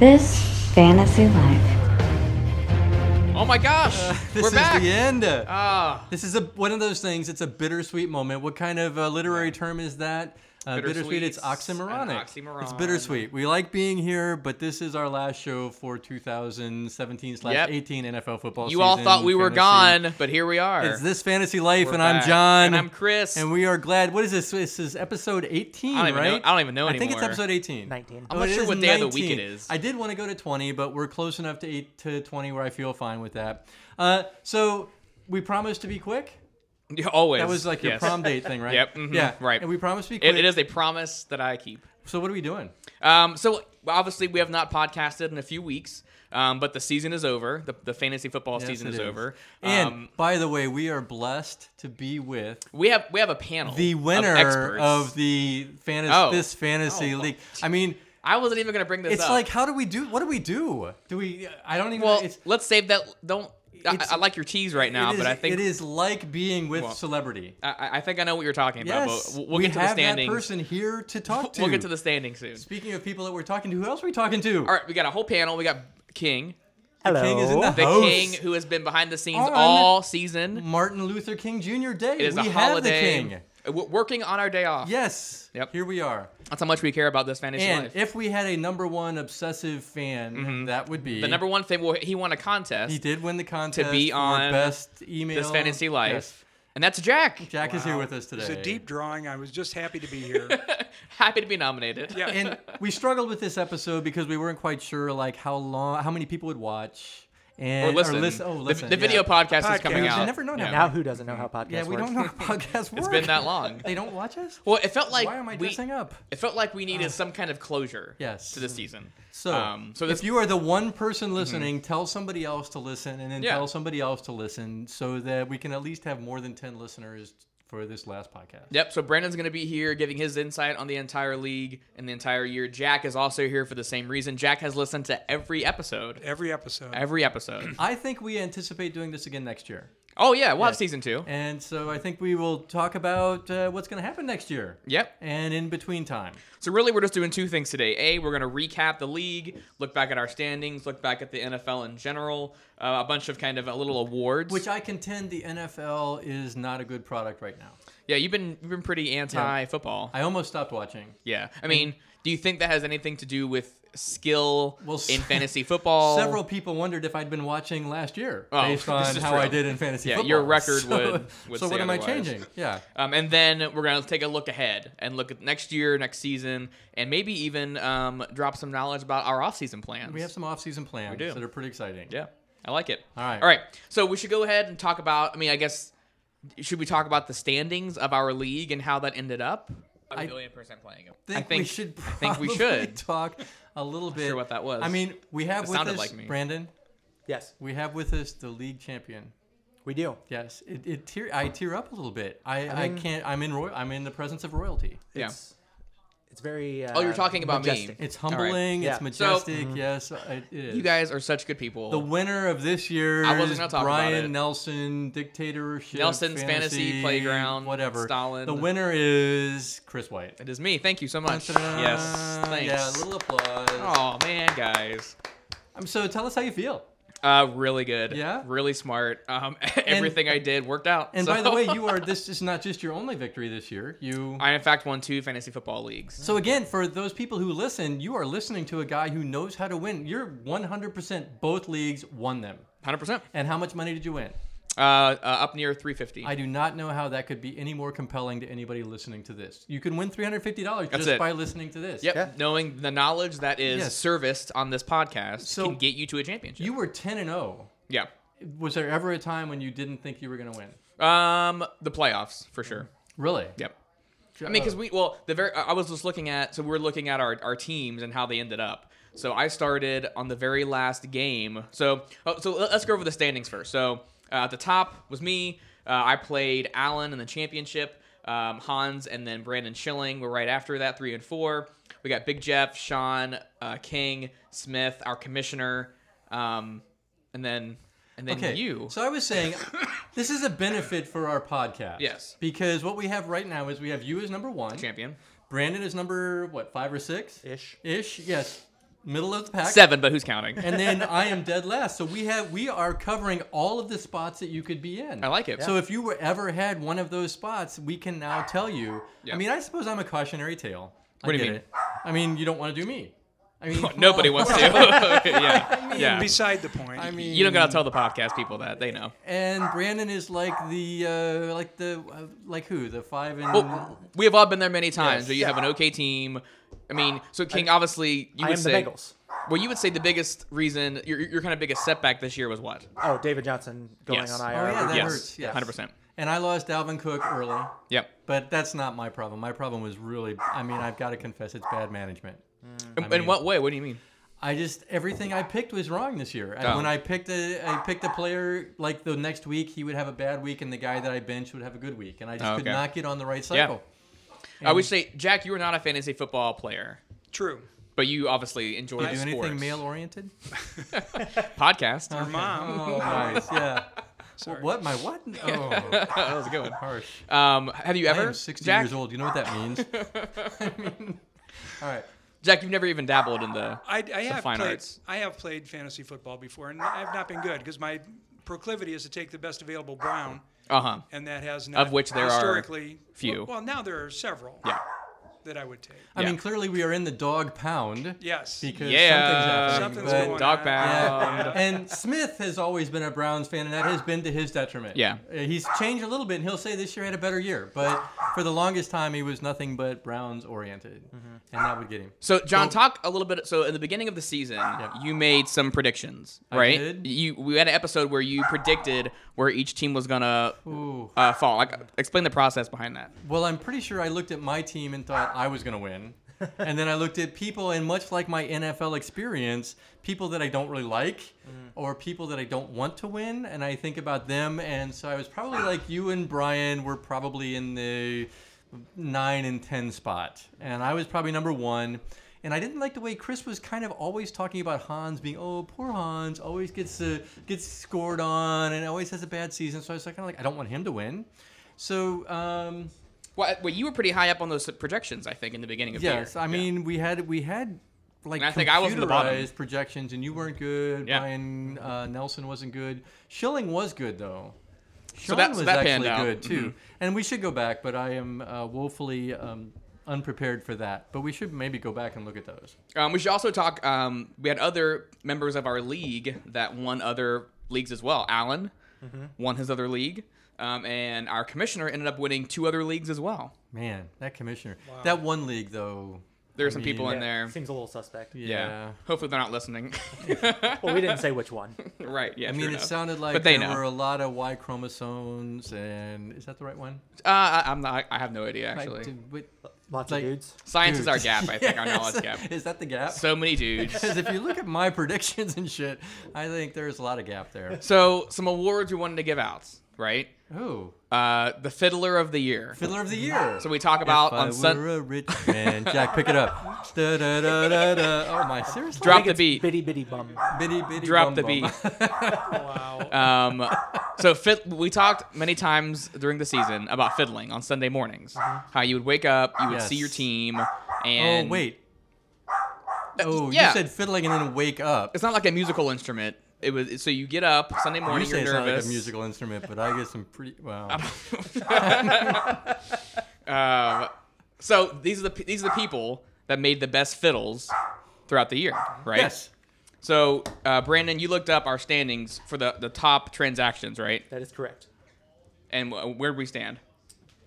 This fantasy life. Oh my gosh! Uh, This We're is back. the end. Ah, This is a one of those things. It's a bittersweet moment. What kind of uh, literary term is that? Uh, bittersweet. It's Bittersweet's an oxymoronic. oxymoron. It's bittersweet. We like being here, but this is our last show for 2017 slash 18 NFL football. you all season, thought we were fantasy. gone, but here we are. It's this fantasy life, We're and I'm back. John, And I'm Chris. and we are glad. What is this? This is episode 18, I don't even right? know- I don't even know I think it's anymore. episode 18. 19. I'm Oh, not it sure is what day of the week it 19. is. I did want to go to 20, but we're close enough to 8 to 20 where I feel fine with that. Uh, so we promised to be quick. Yeah, Always. That was like your Yes. prom date thing, right? Yep, mhm, yeah. right. And we promised to be quick. It, it is a promise that I keep. So what are we doing? Um, so obviously we have not podcasted in a few weeks, um, but the season is over. The, the fantasy football Yes, season it is, over. And um, by the way, we are blessed to be with we have we have a panel. the of winner experts. of, the fantasy Oh. this fantasy Oh. league. I mean, I wasn't even gonna bring this it's up. like how do we do? What do we do? Do we? I don't even. well, it's, let's save that. Don't. I, It's- I like your tease right now, it is- but I think it is like being with Well, celebrity. I, I think I know what you're talking about. Yes, but we'll, we'll we get to the have standings. that person here to talk to. We'll get to the standings soon. Speaking of people that we're talking to, who else are we talking to? All right, we got a whole panel. We got King, Hello. King is in the the Host. Oh, King who has been behind the scenes On all season. Martin Luther King Jr. Day. It is Mm, we a have holiday. Uh, the King. We're working on our day off. Yes. Yep. Here we are. That's how much we care about this fantasy And life. Mm-hmm. if we had a number one obsessive fan, that would be the number one thing, well, he won a contest. He did win the contest be for on best email. this fantasy life, Yes. and that's Jack. Jack is here with us today. It's a deep drawing. I was just happy to be here. Happy to be nominated. Yeah. And we struggled with this episode because we weren't quite sure like how long, how many people would watch and Or listen. lis- oh, The- listen. the, video yeah. podcast, is Podcast. coming You out. never know now. Now who doesn't know how podcasts Yeah, we work? don't know how podcasts work. It's been that long. They don't watch us. Well, it felt like Why am I we, dressing up? It felt like we needed some kind of closure. Yes. To the season. So, um, so this, Mm-hmm. if you are the one person listening, tell somebody else to listen, and then Yeah. tell somebody else to listen, so that we can at least have more than ten listeners for this last podcast. Yep. So Brandon's going to be here giving his insight on the entire league and the entire year. Jack is also here for the same reason. Jack has listened to every episode. Every episode. Every episode. I think we anticipate doing this again next year, Oh yeah, we'll have season two. and so I think we will talk about uh, what's going to happen next year. Yep. And in between time, So really, we're just doing two things today. A, we're going to recap the league, look back at our standings, look back at the NFL in general, uh, a bunch of kind of a little awards. which I contend the NFL is not a good product right now. yeah, you've been you've been pretty anti-football. I almost stopped watching. Yeah. I mean, do you think that has anything to do with skill Well, in se- fantasy football? Several people wondered if I'd been watching last year Oh, based this on is how true. I did in fantasy Yeah, football. your record so, would- would so say what am I otherwise. changing? Yeah. Um, and then we're going to take a look ahead and look at next year, next season, and maybe even um, drop some knowledge about our offseason plans. We have some off-season plans do. that are pretty exciting. Yeah, I like it. All right. All right. So we should go ahead and talk about, I mean, I guess, should we talk about the standings of our league and how that ended up? A million percent playing it. Think I think we should. I think we probably should. talk a little bit. sure what that was. I mean, we have It with sounded us like me. Brandon. Yes, We have with us the league champion. we do. Yes, it, it tear. I tear up a little bit. I, I, mean- can't. I'm in. Roy, I'm in the presence of royalty. Yeah. It's, it's very. Uh, Oh, you're talking about me. majestic. It's right. mm-hmm. humbling. Yeah. It's So- majestic. yes, it is. You guys are such good people. The winner of this year I wasn't is gonna talk about Brian it. Nelson, dictatorship. Nelson's Fantasy Playground, whatever. Stalin. The winner is Chris White. it is me. Thank you so much. Ta-da. Yes. Thanks. Yeah, a little applause. Oh man, guys, Um, so tell us how you feel. uh, really good. Yeah? really smart. Um, everything I did worked out. And so- by the way, you are this is not just your only victory this year. You I in fact won two fantasy football leagues. so again for those people who listen, you are listening to a guy who knows how to win. You're 100% both leagues won them. Hundred percent. And how much money did you win? Uh, uh, up near three fifty. I do not know how that could be any more compelling to anybody listening to this. You can win $350 just it. by listening to this. Yep. Yeah. Knowing the knowledge that is Yes. serviced on this podcast So- can get you to a championship. You were 10 and 0. yeah. Was there ever a time when you didn't think you were going to win? Um, the playoffs for sure. Really? Yep. I mean, because we well, the very I was just looking at so we were looking at our our teams and how they ended up. So I started on the very last game. So oh, so let- let's go over the standings first. So uh, at the top was me. Uh, I played Allen in the championship. Um, Hans and then Brandon Schilling were right after that, three and four. We got Big Jeff, Sean, uh, King, Smith, our commissioner, um, and then and then Okay. you. So I was saying, this is a benefit for our podcast. Yes. Because what we have right now is we have you as number one. champion. Brandon is number what five or six Ish. Ish. Yes. middle of the pack. Seven, but who's counting? And then I am dead last. So we have we are covering all of the spots that you could be in. I like it. So if you were ever had one of those spots, we can now tell you. Yeah. I mean, I suppose I'm a cautionary tale. I What do you get mean? it. I mean, you don't want to do me. I mean, come Nobody on. wants to. yeah, yeah. Beside the point. I mean, You don't gotta tell the podcast people that they know. And Brandon is like the uh, like the uh, like who the five and Well, we have all been there many times. Um, Yes. Where you have an okay team. I mean, so King, obviously, you I would am the say. Bengals. well, you would say the biggest reason your your kind of biggest setback this year was what? Oh, David Johnson going Yes. on oh IR. yeah, that Yes. hurts. Yes, 100%. And I lost Dalvin Cook early, Yep. but that's not my problem. My problem was really, I mean, I've got to confess, it's bad management. In, mean- in what way? What do you mean? I just everything I picked was wrong this year. I- Oh. When I picked a, I picked a player like the next week he would have a bad week, and the guy that I benched would have a good week, and I just Oh, could okay. not get on the right cycle. I would say, Jack, you were not a fantasy football player, True. but you obviously enjoy Do sports. anything male oriented? podcast. Her mom. Oh, nice. Yeah. What my what? Oh, that was a good one. harsh. Um, have you I ever? am 60 Jack, years old. You know what that means? I mean, all right. Jack, you've never even dabbled in the. I, I have fine played, arts. I have played fantasy football before, and I've not been good because my proclivity is to take the best available Brown, Uh huh. and that has not which there are historically few. Well, now there are several. Yeah. That I would take. I Yeah. mean, clearly we are in the dog pound Yes. because Yeah. something's Something's happening. going but- Dog on. pound. Um, Yeah. and Smith has always been a Browns fan, and that has been to his detriment. Yeah. Uh, he's changed a little bit, and he'll say this year had a better year, but for the longest time he was nothing but Browns oriented, and that would get him. So, John, talk a little bit. So, in the beginning of the season, you made some predictions, right? did. You we had an episode where you predicted where each team was gonna Ooh. uh, fall. Like, explain the process behind that. Well, I'm pretty sure I looked at my team and thought I was going to win. and then I looked at people, and much like my NFL experience, people that I don't really like or people that I don't want to win, and I think about them. And so I was probably like, you and Brian were probably in the nine and 10 spot. And I was probably number one. And I didn't like the way Chris was kind of always talking about Hans being, oh, poor Hans, always gets uh, gets scored on and always has a bad season. So I was kind of like, I don't want him to win. So um, Well, I- well, you were pretty high up on those projections, I think, in the beginning of the year. yes, I Yeah. mean we had we had like And I think I was at the bottom. computerized projections, and you weren't good. Yeah. Brian uh, Nelson wasn't good. Schilling was good though. Schilling that- so was that panned actually out. Mm-hmm. good too. And we should go back, but I am uh, woefully um, unprepared for that. But we should maybe go back and look at those. Um, we should also talk. Um, we had other members of our league that won other leagues as well. Alan Mm-hmm. won his other league, um, and our commissioner ended up winning two other leagues as well. Man, that commissioner, that one league though. There are I some people mean, in there. Seems a little suspect. Yeah. yeah. Hopefully they're not listening. Well, we didn't say which one. right. Yeah. I mean, sure it enough. sounded like But they there know. Uh, were a lot of Y chromosomes, and is that the right one? Uh, I, I'm not. I have no idea actually. Like, did- what- Lots Like- of dudes. Science is our dudes. gap. I think our knowledge Yes. gap. Is that the gap? So many dudes. Because if you look at my predictions and shit, I think there's a lot of gap there. So some awards we wanted to give out, right? Ooh, Uh, the Fiddler of the Year. fiddler of the year. So we talk about if I on Sun. were a rich man, Jack, pick it up. Da, da, da, da, da. Oh my, seriously? Drop I think the it's beat. Bitty bitty bum. bitty bitty. Drop bum Oh, the bum. Wow. Uh, Um, so fit, we talked many times during the season about fiddling on Sunday mornings. How you would wake up, you would Mm-hmm. Yes. see your team, oh and wait. Oh, yeah. you said fiddling and then wake up. it's not like a musical instrument. It was so you get up Sunday You morning, say are it's not like nervous. a musical instrument, but I get some pretty. Wow. Um, so these are the pe- these are the people that made the best fiddles throughout the year, right? Yes. So uh, Brandon, you looked up our standings for the the top transactions, right? That is correct. And wh- where do we stand?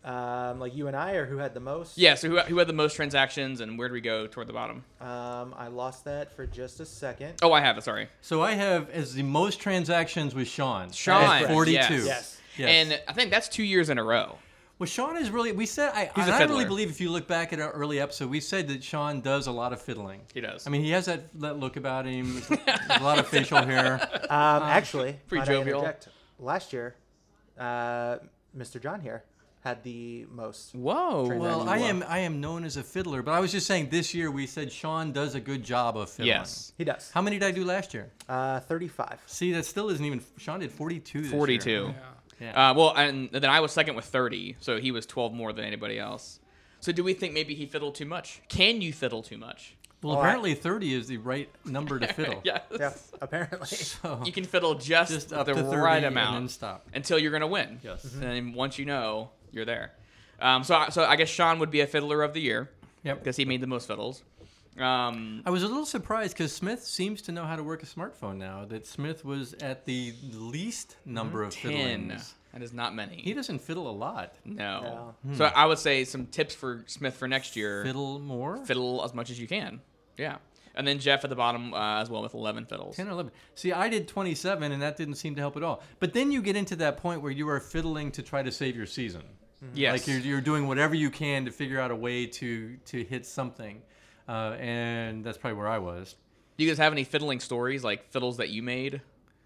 Um, like you and I, or who had the most? Yeah. So who, who had the most transactions, and where do we go toward the bottom? Um, I lost that for just a second. Oh, I have it. Sorry. So I have as the most transactions with Sean. Sean, at 42. yes. Yes. Yes. And I think that's two years in a row. Well, Sean is really. We said I. He's a and I really fiddler. believe if you look back at our early episode, we said that Sean does a lot of fiddling. He does. I mean, he has that, that look about him, a lot of facial hair. Um, actually, pretty might I jovial. interject? Last year, uh, Mr. John here had the most. whoa. Well, Well, I am I am known as a fiddler, but I was just saying this year we said Sean does a good job of fiddling. Yes. He does. How many did I do last year? Uh, Thirty-five. See, that still isn't even. Sean did 42. This year. Forty-two. Yeah. Uh, well, and then I was second with thirty, so he was twelve more than anybody else. So do we think maybe he fiddled too much? Can you fiddle too much? Well, All right. apparently 30 is the right number to fiddle. Yes. Yeah, apparently. So You can fiddle just, just up the to 30 right and then amount stop. until you're gonna win. Yes. Mhm. And then once you know, you're there. Um, so, I- so I guess Sean would be a fiddler of the year Yep. because he made the most fiddles. Um, I was a little surprised because Smith seems to know how to work a smartphone now. That Smith was at the least number of ten. fiddlings. That is not many. He doesn't Hmm. fiddle a lot. no. So I would say some tips for Smith for next year: fiddle, Fiddle more? as much as you can. Yeah. And then Jeff at the bottom uh, as well with 11 fiddles. 10 or 11. See, I did 27, and that didn't seem to help at all. But then you get into that point where you are fiddling to try to save your season. Yes. Like you're, you're doing whatever you can to figure out a way to, to hit something. Uh, and that's probably where I was. Do you guys have any fiddling stories, like fiddles that you made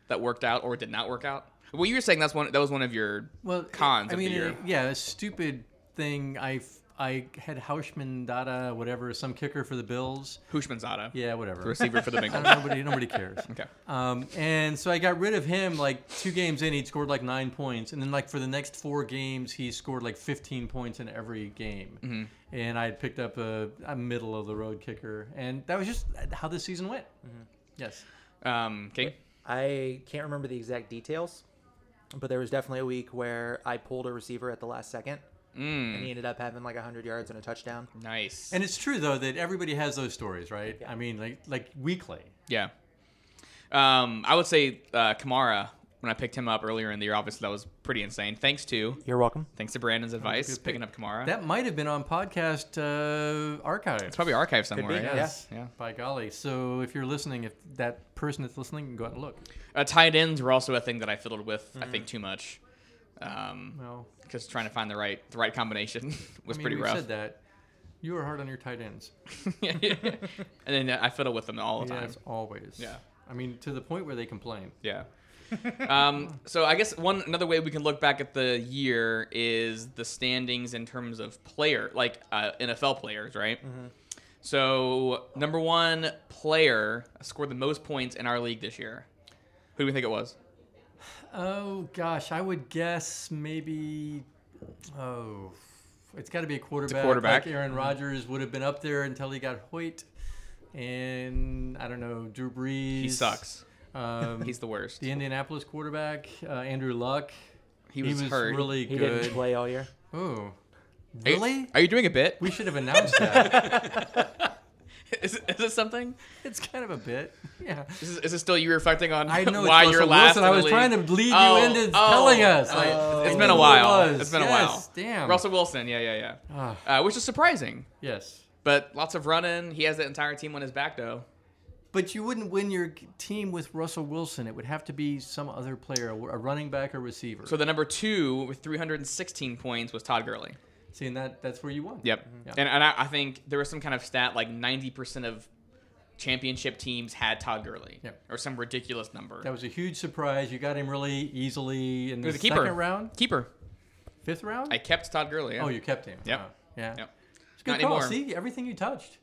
that worked out or did not work out? Well, you were saying that's one. That was one of your well, cons I of mean, the year. uh, yeah, a stupid thing. I f- I had Hauschmann Dada, whatever, some kicker for the Bills. Hushmanzada. Yeah, whatever. The receiver for the I Bengals. don't- nobody, nobody cares. Okay. Um, and so I got rid of him like two games in. He scored like nine points, and then like for the next four games, he scored like 15 points in every game. Mm-hmm. And I had picked up a, a middle of the road kicker, and that was just how the season went. Mm-hmm. Yes. Um, King. I can't remember the exact details, but there was definitely a week where I pulled a receiver at the last second, Mm. and he ended up having like 100 yards and a touchdown. Nice. And it's true though that everybody has those stories, right? I mean, like like weekly. yeah. Um, I would say uh, Kamara when I picked him up earlier in the year. Obviously, that was pretty insane. Thanks to You're welcome. thanks to Brandon's advice, good pick. picking up Kamara. That might have been on podcast uh, archive. it's probably archived somewhere. be, right? yeah. Yeah. By golly. So if you're listening, if that person that's listening can go out and look. Uh, tight ends were also a thing that I fiddled with. I Mm. think too much. Um, Well, because trying to find the right the right combination was I mean, pretty we've rough. said that. You are hard on your tight ends. and then I fiddle with them all the time. As always. Yeah. I mean, to the point where they complain. Yeah. um, so I guess one another way we can look back at the year is the standings in terms of player, like uh, NFL players, right? So number one player scored the most points in our league this year. Who do we think it was? Oh gosh, I would guess maybe. Oh, it's got to be a quarterback. quarterback. Like Aaron Rodgers would have been up there until he got Hoyt, and I don't know Drew Brees. He sucks. Um, He's the worst. the Indianapolis quarterback, uh, Andrew Luck. He was, hurt. really He good. didn't play all year. Oh, Are you- Are really? you, doing a bit? We should have announced that. Is, is this something? it's kind of a bit. Yeah. Is this, is this still you reflecting on I know why it's you're Russell last? in Wilson. I the was league? trying to lead Oh, you into oh, telling us. oh. I- I it's knew been a it while. was. It's been a Yes, while. Damn. Ah. Russell Wilson. Yeah, yeah, yeah. Uh, which is surprising, Yes. but lots of running. He has the entire team on his back, though. But you wouldn't win your team with Russell Wilson. It would have to be some other player, a running back or receiver. So the number two with 316 points was Todd Gurley. See, and that, that's where you won. Yep. Mm-hmm. Yeah. And, and I, I think there was some kind of stat like 90% of championship teams had Todd Gurley Yep. or some ridiculous number. That was a huge surprise. You got him really easily in it the was a keeper. second round, Keeper. fifth round. I kept Todd Gurley. Yeah. Oh, you kept him. Yep. Oh, yeah. Yep. It's a good Not call. anymore. See, everything you touched.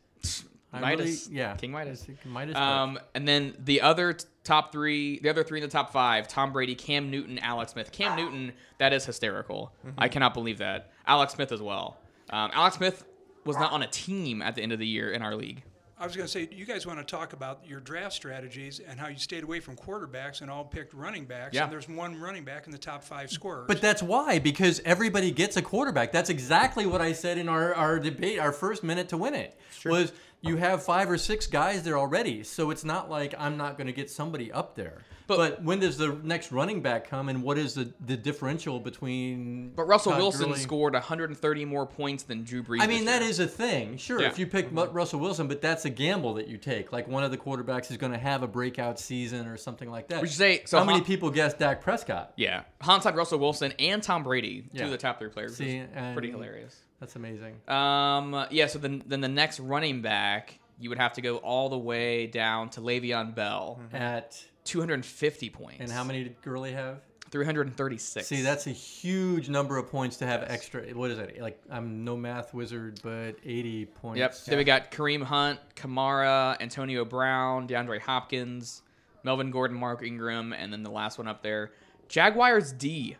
I Midas. really- yeah. King Midas. Midas touched. Um, and then the other t- top three, the other three in the top five: Tom Brady, Cam Newton, Alex Smith. Ah. Cam Newton, that is hysterical. Mm-hmm. I cannot believe that. Alex Smith as well. Um, Alex Smith was not on a team at the end of the year in our league. I was going to say, you guys want to talk about your draft strategies and how you stayed away from quarterbacks and all picked running backs. Yeah. And there's one running back in the top five scorers. But that's why, because everybody gets a quarterback. That's exactly what I said in our, our debate, our first minute to win it. Was you have five or six guys there already, so it's not like I'm not going to get somebody up there. But- But, when does the next running back come, and what is the, the differential between? But Russell Todd Wilson Gurley- scored 130 more points than Drew Brees. I mean, this that year. is a thing. Sure, Yeah. Mm-hmm. if you pick Mu- Russell Wilson, but that's a gamble that you take. Like one of the quarterbacks is going to have a breakout season or something like that. Would you say- so How many Hop- people guessed Dak Prescott? Yeah, Hans had Russell Wilson and Tom Brady, two Yeah. of the top three players. See, which is and- pretty hilarious. That's amazing. Um, yeah. So then, then the next running back, you would have to go all the way down to Le'Veon Bell, At 250 points. Mm-hmm. and how many did Gurley have? 336. See, that's a huge number of points to have extra. What is it? Like, I'm no math wizard, but 80 points. Yep. Then we got Kareem Hunt, Kamara, Antonio Brown, DeAndre Hopkins, Melvin Gordon, Mark Ingram, and then the last one up there, Jaguars D.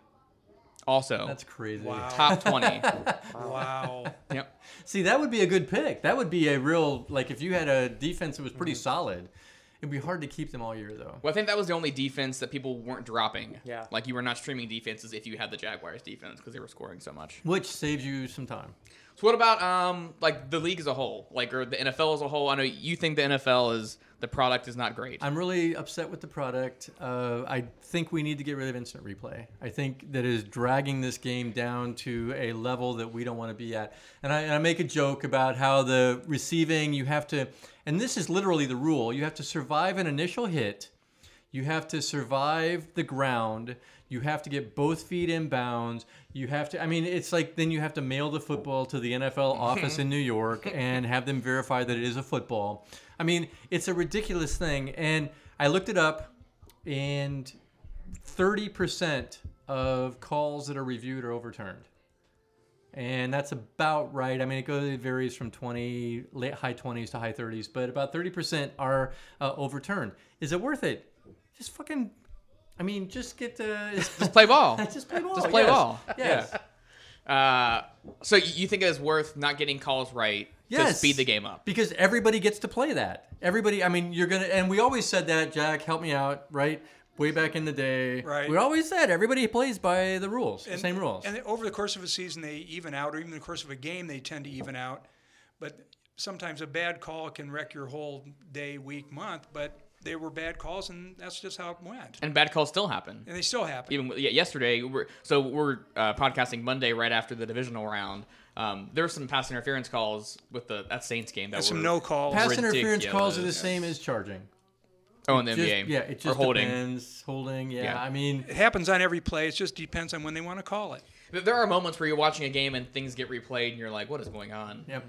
Also, That's crazy. Wow. top 20. Wow. yep. See, that would be a good pick. That would be a real like if you had a defense that was pretty solid, it'd be hard to keep them all year though. Well, I think that was the only defense that people weren't dropping. Yeah. Like you were not streaming defenses if you had the Jaguars defense because they were scoring so much. Which saves you some time. So what about um like the league as a whole, like or the NFL as a whole? I know you think the NFL is the product is not great. I'm really upset with the product. Uh, I think we need to get rid of instant replay. I think that is dragging this game down to a level that we don't want to be at. And I, and I make a joke about how the receiving, you have to, and this is literally the rule, you have to survive an initial hit, you have to survive the ground, you have to get both feet in bounds, you have to, I mean, it's like then you have to mail the football to the NFL office in New York and have them verify that it is a football. I mean, it's a ridiculous thing. And I looked it up, and 30% of calls that are reviewed are overturned. And that's about right. I mean, it goes it varies from 20 late high 20s to high 30s, but about 30% are uh, overturned. Is it worth it? Just fucking I mean, just get the Just play ball. just play ball. Just play yes. ball. Yes. Uh, so y- you think it is worth not getting calls right to Yes. speed the game up? because everybody gets to play that. Everybody, I mean, you're gonna, and we always said that. Jack, help me out, right? Way back in the day, Right. We always said everybody plays by the rules, the And- same rules. And over the course of a season, they even out, or even the course of a game, they tend to even out. But sometimes a bad call can wreck your whole day, week, month. But they were bad calls, and that's just how it went. And bad calls still happen. And they still happen. even yeah, yesterday. We're, so we're uh, podcasting Monday right after the divisional round. Um, there were some pass interference calls with the that Saints game that That's were some no calls. Pass interference ridiculous. calls are the same as charging. oh in the Just- NBA. yeah, it or just holding. depends. Holding, yeah. Yeah. I mean, it happens on every play. It just depends on when they want to call it. Th- There are moments where you're watching a game and things get replayed, and you're like, "What is going on?" Mm-hmm. yep.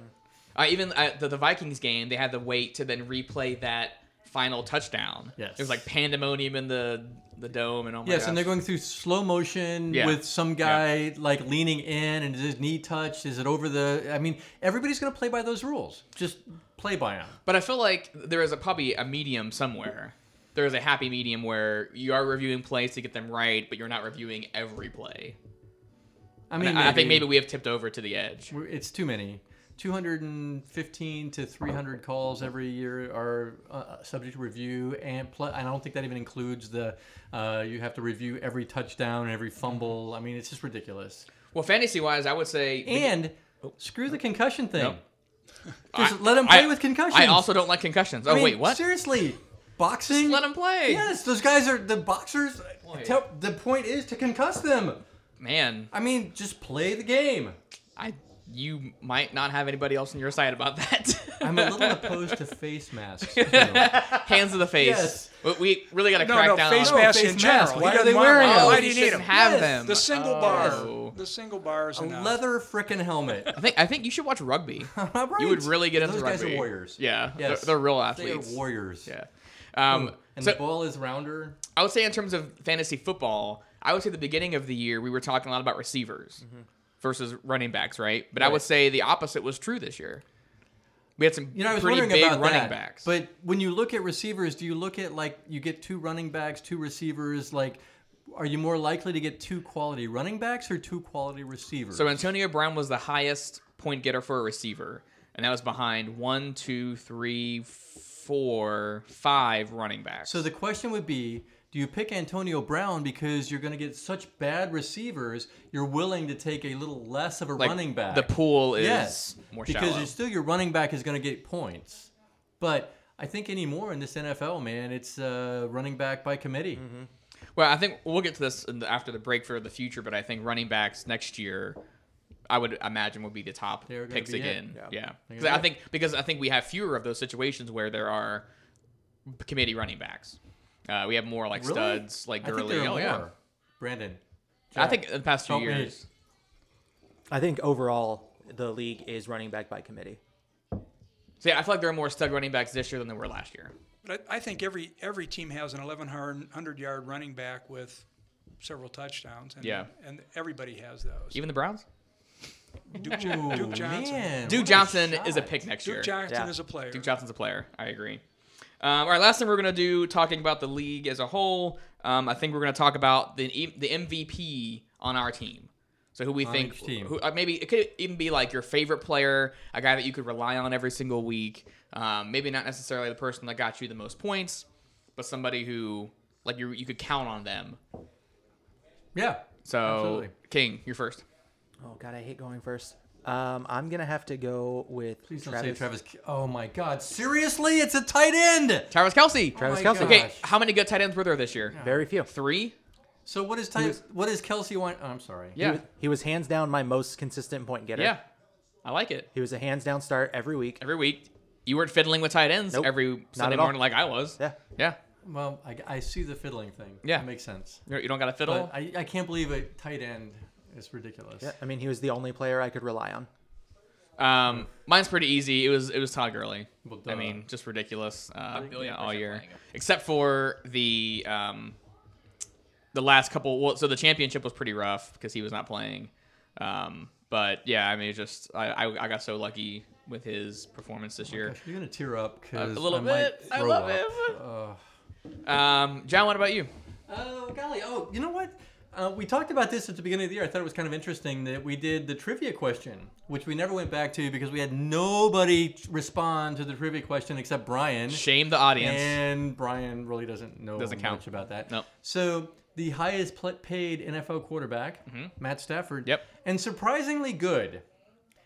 Uh, even at the, the Vikings game, they had to wait to then replay that final touchdown. Yes. it was like pandemonium in the the dome and all. Yes, and they're going through slow motion Yeah. with some guy like leaning in, and is his knee touched? Is it over the? I mean, everybody's going to play by those rules. Just play by them. But I feel like there is a probably a medium somewhere. There is a happy medium where you are reviewing plays to get them right, but you're not reviewing every play. I I, mean, I think maybe we have tipped over to the edge. We're- It's too many. 215 to 300 calls every year are uh, subject to review, and plus, I don't think that even includes the uh, you have to review every touchdown and every Mm-hmm. fumble. I mean, it's just ridiculous. Well, fantasy wise, I would say. And screw the concussion thing. Nope. Just Oh, I- let them play I- with concussions. I also don't like concussions. Oh I mean, wait, what? Seriously, boxing. Let them play. Yes, those guys are the boxers. Boy. tell- the point is to concuss them. Man, I mean, just play the game. I you might not have anybody else on your side about that. I'm a little opposed to face masks. too. Hands to the face. Yes. We, we really got to No, crack no, down. face on mask Oh, face in mask. general. Why He are they doesn't want wearing one. them? Oh, Why you do you need shouldn't them? have Yes. them. The single Oh. bar. The single bar is a enough. leather frickin' helmet. I think I think you should watch rugby. Right. You would really get into Those rugby. guys are warriors. Yeah, Yes. they're, they're real They are athletes. warriors. Yeah. Um, And so the ball is rounder. I would say in terms of fantasy football, I would say the beginning of the year we were talking a lot about receivers versus running backs, right? But I would Mm-hmm. Right. say the opposite was true this year. We had some You know, I was pretty wondering big about running that. backs. But when you look at receivers, do you look at like you get two running backs, two receivers? Like, are you more likely to get two quality running backs or two quality receivers? so Antonio Brown was the highest point getter for a receiver, and that was behind one, two, three, four, five running backs. So the question would be do you pick Antonio Brown because you're going to get such bad receivers, you're willing to take a little less of a Like, running back? The pool is yes, more because shallow. you're still your running back is going to get points. But I think anymore in this NFL, man, it's uh, running back by committee. Mm-hmm. Well, I think we'll get to this in the, after the break for the future, but I think running backs next year, I would imagine, would be the top They're gonna picks be it. again. Yeah. Yeah, They're 'Cause gonna I be think because I think we have fewer of those situations where there are committee running backs. Uh, we have more like Really? studs, like I think Gurley. there are Oh yeah, more. Brandon. I think in the past few Help me. years. I think overall the league is running back by committee. So yeah, I feel like there are more stud running backs this year than there were last year. But I, I think every every team has an 1100 yard running back with several touchdowns. And, Yeah. And everybody has those. Even the Browns. Duke, Jo- Duke Johnson. Man, Duke what a Johnson shot. is a pick next year. Duke Johnson Yeah. is a player. Duke Johnson's a player. I agree. Um, all right, last thing we're gonna do talking about the league as a whole. Um, I think we're gonna talk about the the MVP on our team. So who we On think each team. who uh, maybe it could even be like your favorite player, a guy that you could rely on every single week. Um, maybe not necessarily the person that got you the most points, but somebody who like you you could count on them. Yeah. So Absolutely. King, you're first. Oh god, I hate going first. Um, I'm gonna have to go with Please don't say Travis. Travis. Ke- Oh my God! Seriously, it's a tight end. Travis Kelsey. Travis Oh my Kelsey. God. okay, gosh. how many good tight ends were there this year? Very few. Three. So what is time? what is Kelsey? Wine- oh, I'm sorry. Yeah, He was hands down my most consistent point getter. yeah, I like it. He was a hands down start every week. Every week, you weren't fiddling with tight ends Nope, every not Sunday at all. morning like I was. Yeah. yeah. Well, I, I see the fiddling thing. Yeah. That makes sense. You don't- you don't got to fiddle. But I, I can't believe a tight end is ridiculous. Yeah, I mean, he was the only player I could rely on. Um, mine's pretty easy. It was it was Todd Gurley. Well, duh. I mean, just ridiculous. Uh, yeah, all year, except for the um, the last couple. Well, so the championship was pretty rough because he was not playing. Um, but yeah, I mean, it's just I, I I got so lucky with his performance this year. Gosh, you're gonna tear up because A little I might bit. I throw love up. him. Ugh. Um, John, what about you? Oh golly! Oh, you know what? Uh, we talked about this at the beginning of the year. I thought it was kind of interesting that we did the trivia question, which we never went back to because we had nobody respond to the trivia question except Brian. Shame the audience. And Brian really doesn't know Doesn't count. much about that. Nope. So the highest pl- paid NFL quarterback, Matt Stafford. Mm-hmm. Yep. And surprisingly good.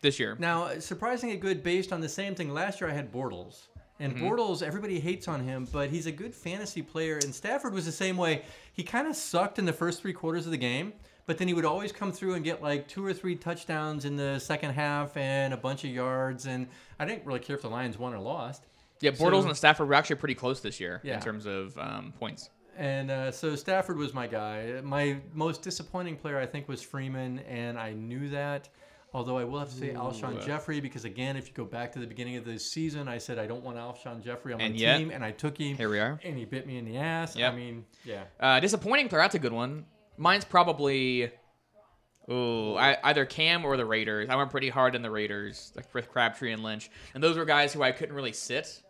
this year. Now, surprisingly good based on the same thing. Last year I had Bortles. And Bortles, everybody hates on him, but he's a good fantasy player. And Stafford was the same way. He kind of sucked in the first three quarters of the game, but then he would always come through and get like two or three touchdowns in the second half and a bunch of yards. And I didn't really care if the Lions won or lost. yeah, Bortles so- and Stafford were actually pretty close this year Yeah. in terms of um, points. And uh, so Stafford was my guy. My most disappointing player, I think, was Freeman, and I knew that. Although I will have to say Alshon Jeffrey because again, if you go back to the beginning of the season, I said I don't want Alshon Jeffrey on And my yet, team, and I took him. here we are. And he bit me in the ass. Yep. I mean, yeah. Uh, disappointing player. That's a good one. Mine's probably, ooh, I, either Cam or the Raiders. I went pretty hard in the Raiders, like with Crabtree and Lynch, and those were guys who I couldn't really sit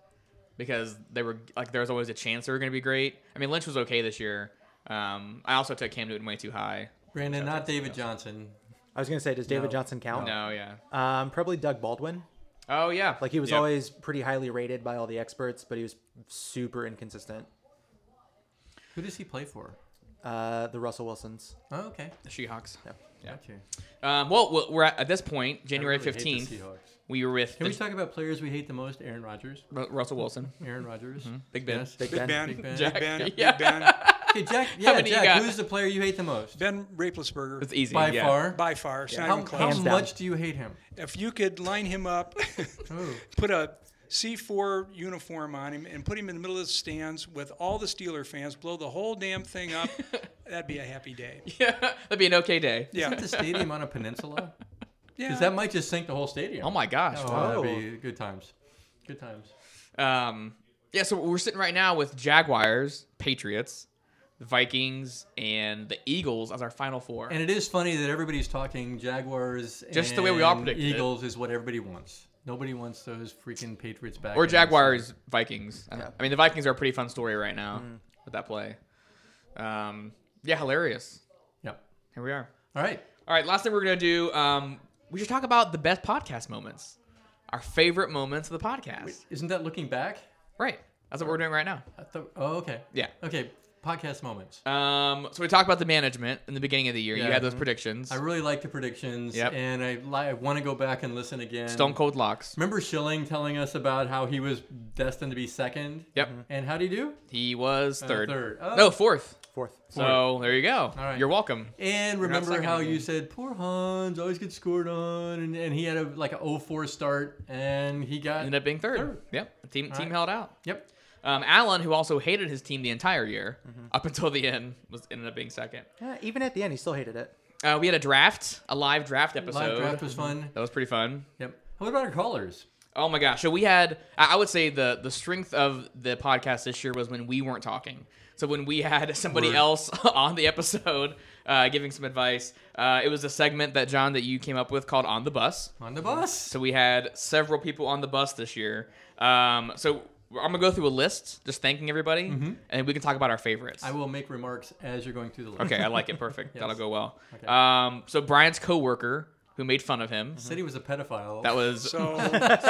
because they were like there was always a chance they were going to be great. I mean, Lynch was okay this year. Um, I also took Cam Newton way too high. Brandon, not David Johnson. I was gonna say, does David No. Johnson count? No, yeah. Um, probably Doug Baldwin. Oh yeah. Like he was Yep. always pretty highly rated by all the experts, but he was super inconsistent. Who does he play for? Uh, the Russell Wilsons. Oh, okay. the She-Hawks. Gotcha. Um, well, well, we're at, at this point, I January really hate the fifteenth. Seahawks. we were with Can we the- talk about players we hate the most? Aaron Rodgers. Ru- Russell Wilson, Aaron Rodgers. Mm-hmm. Big Ben. Yes. Big, Big Ben. Ben, Big Big Ben. Ben, Jack- Big Ben, yeah. Okay, Jack. Yeah, many you Jack. got? Who's the player you hate the most? Ben Raplesberger. It's easy. By yeah. far. by far, it's not How, even how close. Hands down. much do you hate him? If you could line him up, put a C4 uniform on him, and put him in the middle of the stands with all the Steeler fans, blow the whole damn thing up, that'd be a happy day. Yeah, that'd be an okay day. Yeah, Isn't the stadium on a peninsula? yeah. Because that might just sink the whole stadium. Oh my gosh. Oh, wow. that'd be good times. Good times. Um, yeah, so we're sitting right now with Jaguars, Patriots, the Vikings, and the Eagles as our final four. And it is funny that everybody's talking Jaguars. Just the way we all and predicted it. Eagles is what everybody wants. Nobody wants those freaking Patriots back. or in. Jaguars, Vikings. I- I mean, the Vikings are a pretty fun story right now Mm. with that play. Um, yeah, hilarious. Yep. Here we are. All right. All right, last thing we're gonna do. Um, we should talk about the best podcast moments, our favorite moments of the podcast. Isn't that looking back? Right, that's what we're doing right now. I thought, oh, okay. Yeah. Okay. Podcast moments. Um, so we talked about the management in the beginning of the year. You Yeah. had those predictions. I really like the predictions, Yep. and I li- I want to go back and listen again. Stone Cold locks. Remember Schilling telling us about how he was destined to be second? Yep. And how do you do? He was third. third. Oh. No, fourth. Fourth. So there you go. All right. You're welcome. And not remember second how again. you said poor Hans always gets scored on, and, and he had a like a 0-4 start, and he got Ended up being third. Third. Yep. The team All team right. held out. yep. Um, Allen, who also hated his team the entire year Mm-hmm. up until the end, was ended up being second. Yeah, even at the end, he still hated it. Uh, we had a draft, a live draft episode. Live draft was fun. that was pretty fun. Yep. What about our callers? Oh my gosh! So we had, I I would say the the strength of the podcast this year was when we weren't talking. So when we had somebody Word. else on the episode uh, giving some advice, uh, it was a segment that John that you came up with called "On the Bus." On the bus. So we had several people on the bus this year. Um, so I'm gonna go through a list, just thanking everybody, and we can talk about our favorites. Mm-hmm. I will make remarks as you're going through the list. Okay, I like it. Perfect. That'll go well. Okay. Um, so Brian's coworker who made fun of him. Said he was a pedophile. That was So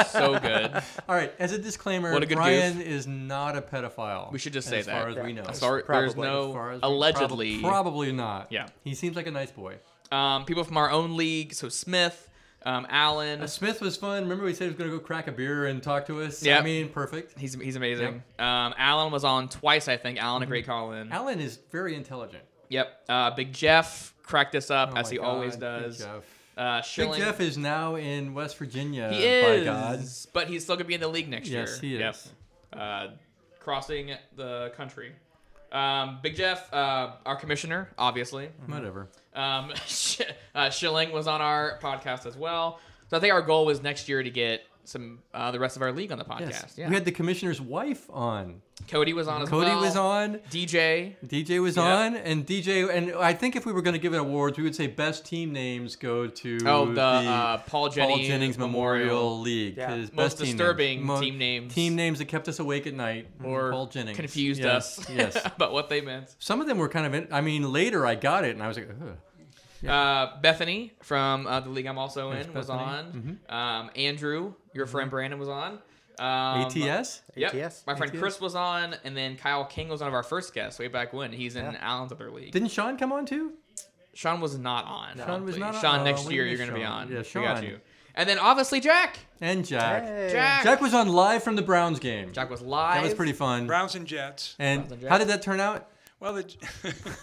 so good. All right. As a disclaimer, What a good Brian is not a pedophile. We should just say as that. far as we know. As far there's Probably, no As far as we- allegedly. prob- probably not. Yeah. He seems like a nice boy. um, people from our own league. So Smith, um, Allen. Uh, Smith was fun. Remember we said he was going to go crack a beer and talk to us? Yep. I mean, perfect. He's he's amazing. Um, Allen was on twice, I think. Allen, a Mm-hmm. great call in. Alan is very intelligent. Yep. Uh, Big Jeff cracked us up Oh as my he always God, Big does. Jeff. Uh, Big Schilling. Jeff is now in West Virginia. He is, By God. but he's still gonna be in the league next Yes, year. he is. Yep. Uh, crossing the country. Um, Big Jeff, uh, our commissioner, obviously. Whatever. Um, uh, Schilling was on our podcast as well. So I think our goal was next year to get some uh, the rest of our league on the podcast. Yes. Yeah. We had the commissioner's wife on. Cody was on as Cody well. was on. DJ. DJ was Yeah. on, and DJ, and I think if we were going to give it awards, we would say best team names go to Oh, the, uh, Paul Jennings Memorial, Memorial. League. Yeah. 'cause Most best team disturbing names. team names. Team names that kept us awake at night. Or Paul Jennings confused Yes, us yes. about what they meant. Some of them were kind of. In, I mean, later I got it, and I was like, Ugh. Uh, Bethany from uh, the league I'm also in was There's Bethany. Mm-hmm. on. Um, Andrew, your friend Brandon was on. uh, Um, ATS. Yep. ATS. My friend ATS. Chris was on, and then Kyle King was one of our first guests way back when. He's in Allen's other league. Didn't Sean come on too? Sean was not on. Sean was please. not on? Sean Oh, next we year you're going missed to be Sean. on. Yeah, We got Sean. you. And then obviously Jack. And Jack. Hey. Jack. Jack was on live from the Browns game. Jack was live. that was pretty fun. Browns and Jets. and and Jack. how did that turn out? Oh, Well, the,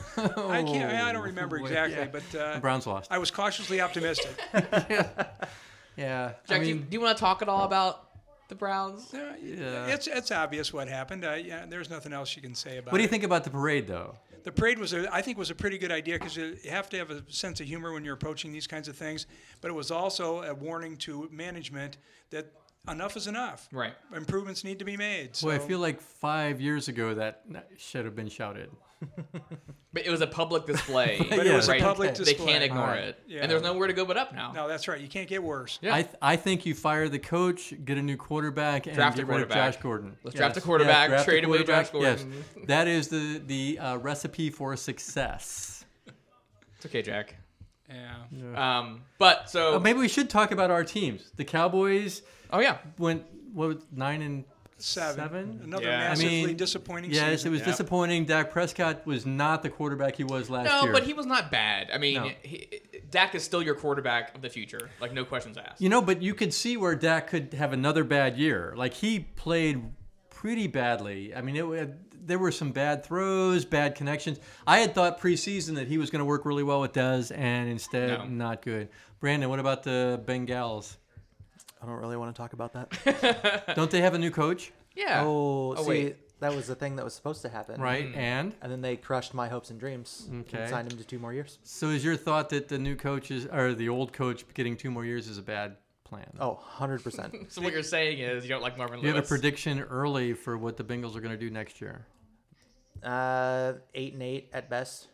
I can't. I don't remember boy. exactly, Yeah. but uh, The Browns lost. I was cautiously optimistic. yeah. Jack, I do you- mean, do you, want to talk at all about the Browns? Uh, Yeah. It's it's obvious what happened. Uh, yeah, there's nothing else you can say about. what do you it. think about the parade, though? The parade was, a, I think, was a pretty good idea because you have to have a sense of humor when you're approaching these kinds of things. But it was also a warning to management that enough is enough. Right. Improvements need to be made. So Boy, I feel like five years ago that that should have been shouted. But it was a public display. But it was a right? public They display. can't ignore Alright. it. Yeah. And there's nowhere to go but up now. no, that's right. You can't get worse. Yeah. I, th- I think you fire the coach, get a new quarterback, and Draft a get rid of quarterback. Josh Gordon. Let's draft a quarterback, draft a trade away Josh quarterback, Gordon. Yes. That is the the uh, recipe for success. It's okay, Jack. Yeah. Um, but so Uh, maybe we should talk about our teams. The Cowboys oh yeah, went what was it, nine and Seven. Seven? Another Yeah. I massively mean, disappointing yes, season. it was Yeah. disappointing. Dak Prescott was not the quarterback he was last no, year. but he was not bad. I mean, No. he, Dak is still your quarterback of the future, like no questions asked. You know, but you could see where Dak could have another bad year. Like he played pretty badly. I mean, it, wa- there were some bad throws, bad connections. I had thought preseason that he was going to work really well with Dez, and instead, No. not good. Brandon, what about the Bengals? I don't really want to talk about that. Don't they have a new coach? Yeah. Oh, Oh, see, wait. that was the thing that was supposed to happen. Right, and And then they crushed my hopes and dreams Okay. and signed him to two more years. so is your thought that the new coach is or the old coach getting two more years is a bad plan? Oh, 100%. So what you're saying is you don't like Marvin Do you have Lewis. a prediction early for what the Bengals are going to do next year? uh, eight and eight at best,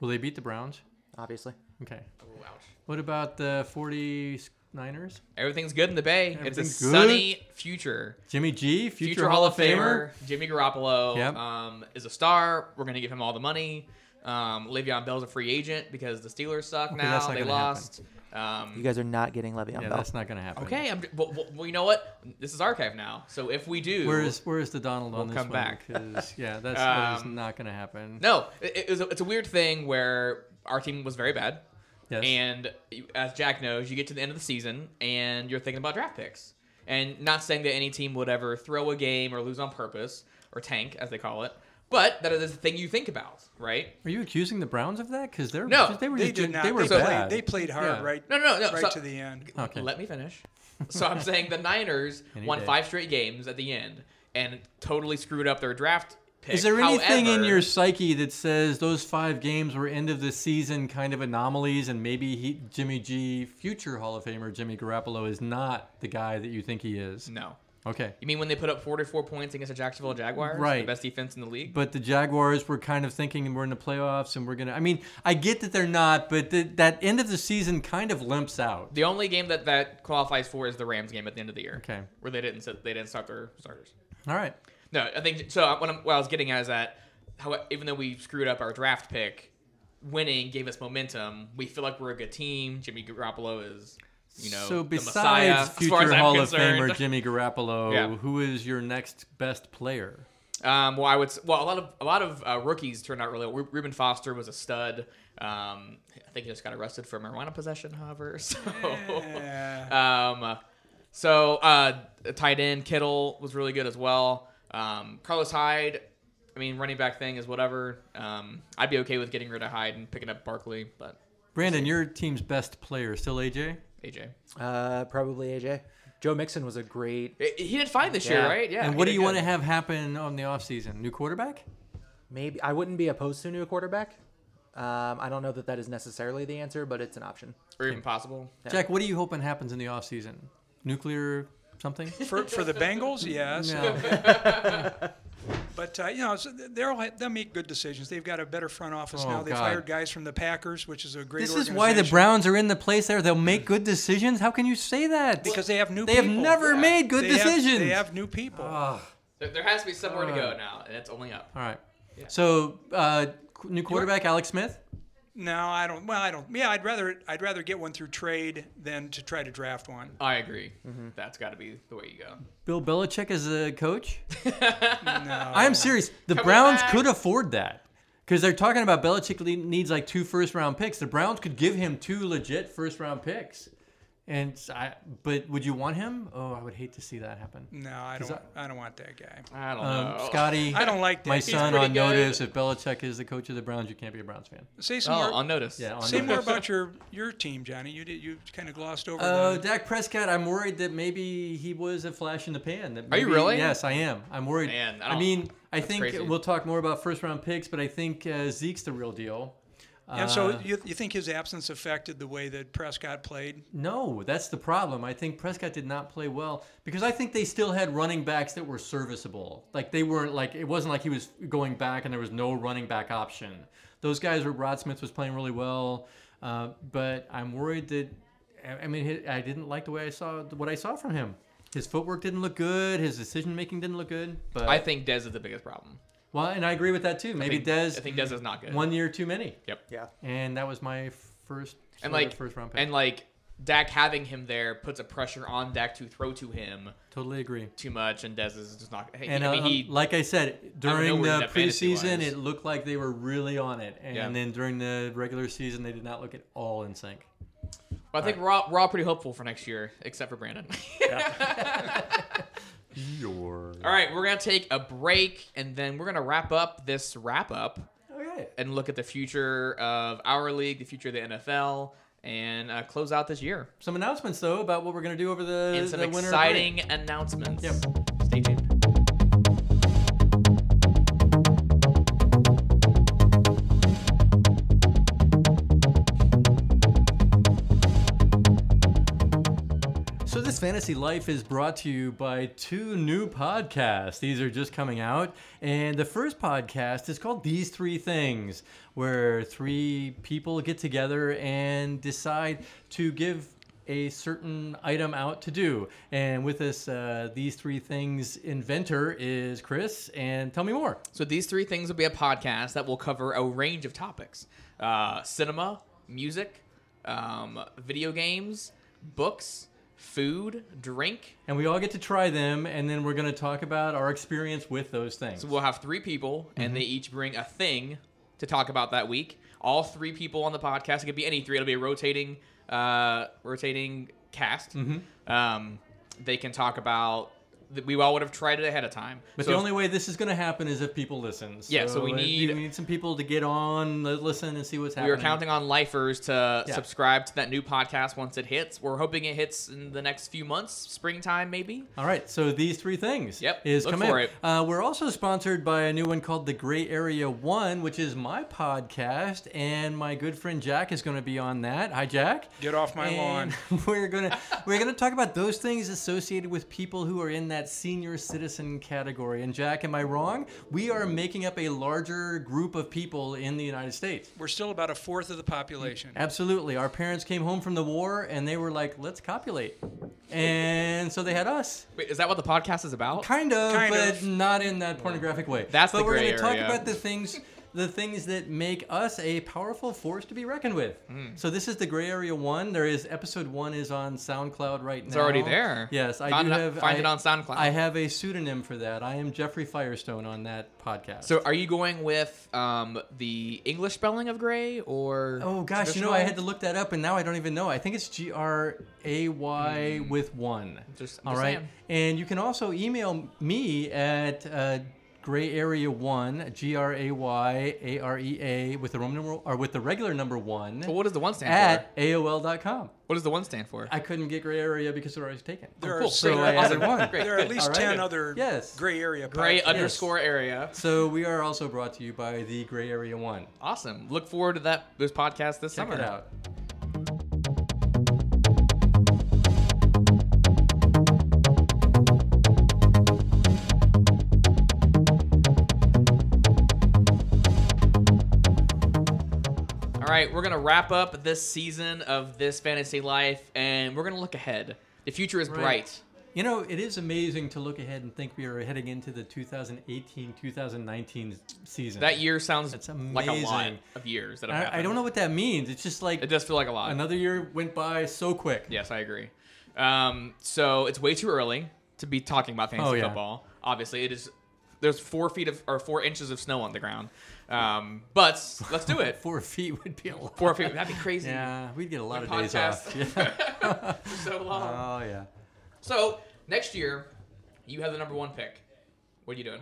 Will they beat the Browns? obviously. Okay. Ouch. What about the 49ers? Everything's good in the Bay. It's a Everything's good. sunny future. Jimmy G, future, Hall of Famer. Jimmy Garoppolo Yep. um, is a star. We're gonna give him all the money. Um, Le'Veon Bell's a free agent because the Steelers suck now. that's not They gonna happen. lost. Um, You guys are not getting Le'Veon Yeah, Bell. that's not going to happen. okay, I'm, well, well, well, you know what? This is archive now. So if we do, Where is where is the Donald on We'll this come one? back. 'Cause, yeah, that's that is Um, not going to happen. No, it, it was a, it's a weird thing where our team was very bad, Yes. and you- as Jack knows, you get to the end of the season and you're thinking about draft picks. And not saying that any team would ever throw a game or lose on purpose or tank, as they call it, but that is the thing you think about, right? Are you accusing the Browns of that? Because they're No, they were They just- did not. they They, were played, bad. they played hard Yeah. right, No, no, no. right so- to the end. Okay. Let me finish. So I'm saying the Niners Any won day. five straight games at the end and totally screwed up their draft pick. Is there anything in However- your psyche that says those five games were end of the season kind of anomalies, and maybe he, Jimmy G, future Hall of Famer Jimmy Garoppolo, is not the guy that you think he is? No. Okay. You mean when they put up 44 points against the Jacksonville Jaguars, Right. The best defense in the league. But the Jaguars were kind of thinking we're in the playoffs and we're going to. I mean, I get that they're not, but the, that end of the season kind of limps out. the only game that that qualifies for is the Rams game at the end of the year. Okay. Where they didn't sit- they didn't start their starters. All right. No, I think so. uh, What, I'm, what I was getting at is that how even though we screwed up our draft pick, winning gave us momentum. We feel like we're a good team. Jimmy Garoppolo is, you know, so the Messiah, besides as future far as I'm Hall of concerned. Famer Jimmy Garoppolo, Yeah. who is your next best player? Um, well, I would. s- Well, a lot of a lot of uh, rookies turned out really well. Re- Reuben Foster was a stud. Um, I think he just got arrested for marijuana possession, however. So, um, so uh, tight end Kittle was really good as well. Um, Carlos Hyde. I mean, running back thing is whatever. Um, I'd be okay with getting rid of Hyde and picking up Barkley, but Brandon, your team's best player still AJ? AJ. Uh, probably AJ. Joe Mixon was a great, I- He did fine this year, Yeah. right? Yeah. and what he do did you want to good. have happen on the offseason? New quarterback? maybe. I wouldn't be opposed to a new quarterback. Um, I don't know that that is necessarily the answer, but it's an option. Or even possible. Jack, what are you hoping happens in the offseason? Nuclear something? For, for the Bengals, yes. No. But uh, you know, so th- they'll ha- they'll make good decisions. They've got a better front office Oh, now. They've God. hired guys from the Packers, which is a great. This is why the organization, Browns are in the place there. They'll make good decisions. How can you say that? because they have new. they have people. never Yeah. made good They have- decisions. Ah. they have new people. Ugh. There, there has to be somewhere to Uh. go now, and it's only up. all right. So, uh, qu- new quarterback Alex Smith. No, I don't. Well, I don't. Yeah, I'd rather I'd rather get one through trade than to try to draft one. I agree. Mm-hmm. That's got to be the way you go. Bill Belichick as a coach. No. I am serious. The Coming Browns back. could afford that because they're talking about Belichick le- needs like two first round picks. The Browns could give him two legit first round picks. And s- I, but would you want him? Oh, I would hate to see that happen. no, I don't. I- I don't want that guy. I don't Um, know. Scotty, I don't like that. my He's son pretty on good. notice. If Belichick is the coach of the Browns, you can't be a Browns fan. Say some Oh, more. on notice. Yeah, on say notice. more about your your team, Johnny. You did. You kind of glossed over. Uh, the, Dak Prescott, I'm worried that maybe he was a flash in the pan. That Are you maybe- really? Yes, I am. I'm worried. Man, I I, don't- mean, I think crazy. we'll talk more about first round picks, but I think uh, Zeke's the real deal. and so uh, you, you think his absence affected the way that Prescott played? No, that's the problem. I think Prescott did not play well because I think they still had running backs that were serviceable. Like they weren't like it wasn't like he was going back and there was no running back option. Those guys were Rod Smith was playing really well, uh, but I'm worried that I- I mean he- I didn't like the way I saw what I saw from him. His footwork didn't look good. His decision making didn't look good. But I think Dez is the biggest problem. well, and I agree with that too. I Maybe think, Dez I think Dez is not good. one year too many, Yeah. and that was my first and like first round pick. and like Dak having him there puts a pressure on Dak to throw to him totally agree. too much, and Dez is just not. Hey, And I uh, mean, um, he, like I said, during nowhere the in that preseason, fantasy-wise. it looked like they were really on it, and Yeah. then during the regular season, they did not look at all in sync. but I think we're all, we're all pretty hopeful for next year, except for Brandon. Your all right, we're gonna take a break, and then we're gonna wrap up this wrap up okay. and look at the future of our league, the future of the NFL, and uh, close out this year. Some announcements though about what we're gonna do over the and some the winter break. exciting announcements. Yep. Stay tuned. So this fantasy life is brought to you by two new podcasts. These are just coming out, and the first podcast is called These Three Things, where three people get together and decide to give a certain item out to do. And with us, uh, These Three Things inventor is Chris. And tell me more. So these three things will be a podcast that will cover a range of topics: uh, cinema, music, um, video games, books, food, drink. And we all get to try them, and then we're going to talk about our experience with those things. So we'll have three people, Mm-hmm. and they each bring a thing to talk about that week. All three people on the podcast. It could be any three. It'll be a rotating, uh, rotating cast. Mm-hmm. Um, they can talk about. that We all would have tried it ahead of time. But So the if- only way this is going to happen is if people listen. Yeah, so we uh, need- we need some people to get on, li- listen, and see what's We happening. are counting on lifers to Yeah. subscribe to that new podcast once it hits. We're hoping it hits in the next few months, springtime maybe. All right, so these three things Yep, is look coming. for up. it. Uh, we're also sponsored by a new one called The Gray Area One, which is my podcast, and my good friend Jack is going to be on that. Hi, Jack. Get off my And lawn. We're gonna we're gonna talk about those things associated with people who are in that senior citizen category. And Jack, am I wrong? We are making up a larger group of people in the United States. We're still about a fourth of the population. Absolutely. Our parents came home from the war and they were like, let's copulate. And so they had us. Wait, is that what the podcast is about? Kind of, Kind but of. not in that pornographic way. That's but the we're gray gonna talk area. about the things the things that make us a powerful force to be reckoned with. So this is the gray area one. There is episode one is on SoundCloud right now. It's already there. Yes, I Find do it on- have. find I- it on SoundCloud. I have a pseudonym for that. I am Jeffrey Firestone on that podcast. So are you going with um, the English spelling of gray or? Oh gosh, you know I had to look that up, and now I don't even know. I think it's G R A Y with one. Mm. Just- I'm all just right. saying. And you can also email me at uh, gray area one G R A Y A R E A with the Roman numeral or with the regular number one Well, what does the one stand for? at AOL.com. What does the one stand for? I couldn't get gray area because it was already taken. There cool. are So Oh, so I added one. Great. there are at good. least All right. ten Good. other Yes. gray area. gray podcasts. underscore area. So we are also brought to you by the gray area one. Awesome. Look forward to that this podcast this Check summer. it out. All right, we're gonna wrap up this season of this fantasy life, and we're gonna look ahead. The future is bright. You know, it is amazing to look ahead and think we are heading into the 2018-2019 season. That year sounds That's like a lot amazing. of years that have I, happened. I don't know what that means. It's just like It does feel like a lot. another year went by so quick. Yes, I agree. Um, so it's way too early to be talking about fantasy Oh, yeah. football. Obviously, it is. There's four feet of or four inches of snow on the ground. Um, but let's do it. Four feet would be a lot. Four feet. That'd be crazy. Yeah, we'd get a lot of days off. Podcast. Yeah. so long. Oh yeah. so next year, you have the number one pick. What are you doing?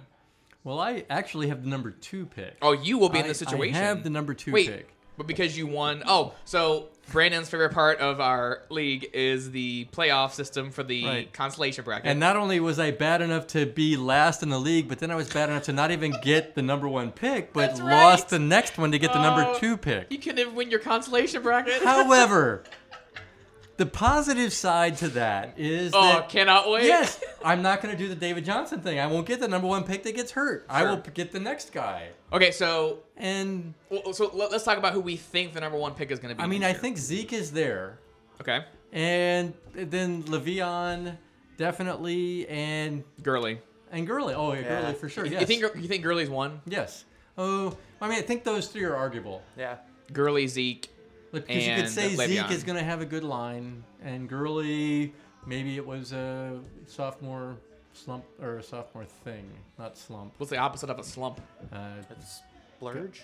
Well, I actually have the number two pick. Oh, you will be I- in this situation. I have the number two Wait, pick. but because you won. Oh, so Brandon's favorite part of our league is the playoff system for the Right. consolation bracket. And not only was I bad enough to be last in the league, but then I was bad enough to not even get the number one pick, but That's right. lost the next one to get the number Oh. two pick. you couldn't even win your consolation bracket. However, the positive side to that is Oh, that cannot wait. yes, I'm not going to do the David Johnson thing. I won't get the number one pick that gets hurt. I Sure. will get the next guy. Okay, so And well, so let, us talk about who we think the number one pick is going to be. I mean, this I year. think Zeke is there, okay, and then Le'Veon definitely, and Gurley. and Gurley. Oh, yeah, Yeah. Gurley for sure. Yes. You think you think Gurley's one? yes. Oh, I mean, I think those three are arguable. Yeah. Gurley, Zeke. Like, Because you could And say Le'Veon. Zeke is going to have a good line, and Gurley, maybe it was a sophomore slump or a sophomore thing, not slump. What's the opposite of a slump? Uh, Splurge.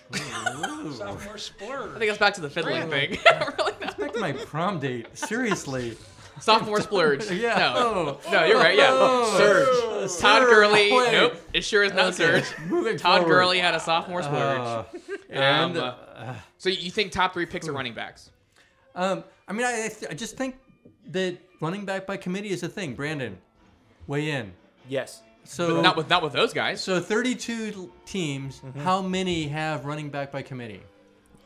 Sophomore splurge. I think it's back to the fiddling Really? thing. really not. back to my prom date. Seriously. Sophomore splurge. No. Yeah. Oh. No, you're right. Yeah. Oh. Surge. Todd Surge. Gurley. Wait. Nope. It sure is not Okay, Surge. Moving Todd forward. Gurley had a sophomore splurge. Um, Uh, and uh, so you think top three picks are running backs? um, I mean, I, I th- I just think that running back by committee is a thing. Brandon, weigh in. Yes. So Not with not with those guys. so 32 l- teams. Mm-hmm. How many have running back by committee?